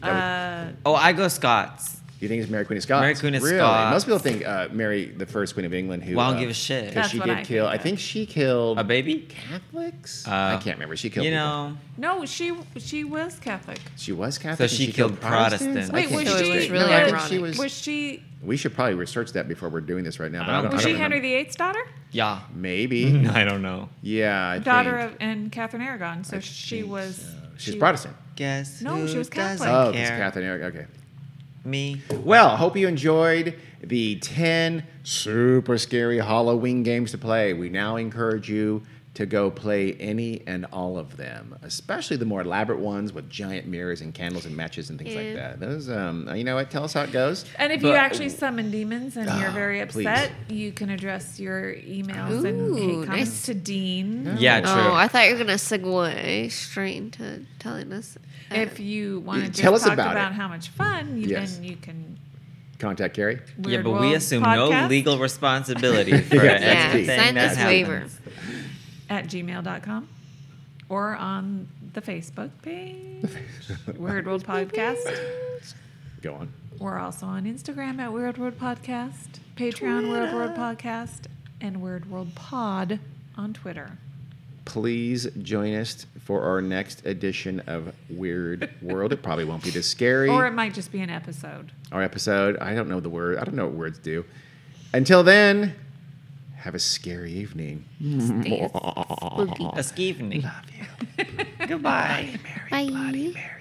Speaker 1: Uh,
Speaker 4: Oh, I go Scots.
Speaker 2: You think it's Mary Queen of Scots?
Speaker 4: Mary Queen of
Speaker 2: really?
Speaker 4: Scots.
Speaker 2: Most people think uh, Mary, the first Queen of England, who
Speaker 4: Well, I don't
Speaker 2: uh,
Speaker 4: give a shit.
Speaker 2: 'cause she
Speaker 1: That's
Speaker 2: did
Speaker 1: what I
Speaker 2: kill.
Speaker 1: think
Speaker 2: I think she killed
Speaker 4: A baby?
Speaker 2: Catholics.
Speaker 4: Uh,
Speaker 2: I can't remember. She killed.
Speaker 4: You
Speaker 2: people.
Speaker 4: know,
Speaker 1: no, she she was Catholic.
Speaker 2: she was Catholic.
Speaker 4: she
Speaker 2: and she
Speaker 4: killed Protestants?
Speaker 2: I
Speaker 1: Wait,
Speaker 2: can't
Speaker 1: was
Speaker 2: get
Speaker 3: So it
Speaker 1: she?
Speaker 3: was
Speaker 2: straight.
Speaker 3: really
Speaker 2: no, I think
Speaker 3: ironic.
Speaker 2: she was.
Speaker 1: was she
Speaker 2: we should probably research that before we're doing this right now. But I don't,
Speaker 4: I don't-
Speaker 2: I
Speaker 1: was
Speaker 2: don't
Speaker 1: she
Speaker 2: remember.
Speaker 1: Henry VIII's daughter?
Speaker 4: yeah.
Speaker 2: Maybe.
Speaker 4: I don't know.
Speaker 2: Yeah. I
Speaker 1: Daughter
Speaker 2: think.
Speaker 1: of and Catherine Aragon. So
Speaker 2: I
Speaker 1: she
Speaker 2: think
Speaker 1: was.
Speaker 2: so. She's
Speaker 1: she-
Speaker 2: Protestant.
Speaker 4: Guess
Speaker 1: No,
Speaker 4: who
Speaker 1: she was
Speaker 4: doesn't
Speaker 1: Catholic.
Speaker 2: Oh, it's
Speaker 4: care?
Speaker 2: Catherine. Okay.
Speaker 4: Me.
Speaker 2: Well, hope you enjoyed the 10 super scary Halloween games to play. We now encourage you to go play any and all of them, especially the more elaborate ones with giant mirrors and candles and matches and things like
Speaker 3: Yeah.
Speaker 2: that. Those, um, you know what? Tell us how it goes.
Speaker 1: And if you
Speaker 4: But-
Speaker 1: actually summon demons and you're very
Speaker 2: Ah, please.
Speaker 1: upset, you can address your emails and hate
Speaker 3: Ooh,
Speaker 1: comments
Speaker 3: nice.
Speaker 1: to Dean.
Speaker 4: Yeah, true.
Speaker 3: Oh, I thought you were gonna segue straight into telling us.
Speaker 1: If you want
Speaker 2: You
Speaker 1: to just
Speaker 2: tell us
Speaker 1: talk
Speaker 2: about
Speaker 1: about,
Speaker 2: it.
Speaker 1: how much fun, you,
Speaker 2: Yes.
Speaker 1: then you can.
Speaker 2: Contact Carrie.
Speaker 4: yeah,
Speaker 1: Weird
Speaker 4: but we
Speaker 1: World
Speaker 4: assume no
Speaker 1: Podcast
Speaker 4: legal responsibility for
Speaker 2: Yeah,
Speaker 3: yeah,
Speaker 4: anything
Speaker 3: sign
Speaker 4: that
Speaker 3: this
Speaker 4: happens.
Speaker 3: waiver.
Speaker 1: at gmail.com or on the Facebook page, Weird World Podcast.
Speaker 2: Go on.
Speaker 1: We're also on Instagram at Weird World Podcast, Patreon Weird World Podcast, and Weird World Pod on Twitter.
Speaker 2: Please join us for our next edition of Weird World. It probably won't be this scary.
Speaker 1: Or it might just be an episode.
Speaker 2: our episode. I don't know the word. I don't know what words do. Until then, have a scary evening.
Speaker 3: Stay spooky.
Speaker 4: A skeeving.
Speaker 2: Love you.
Speaker 4: Goodbye.
Speaker 3: Bye.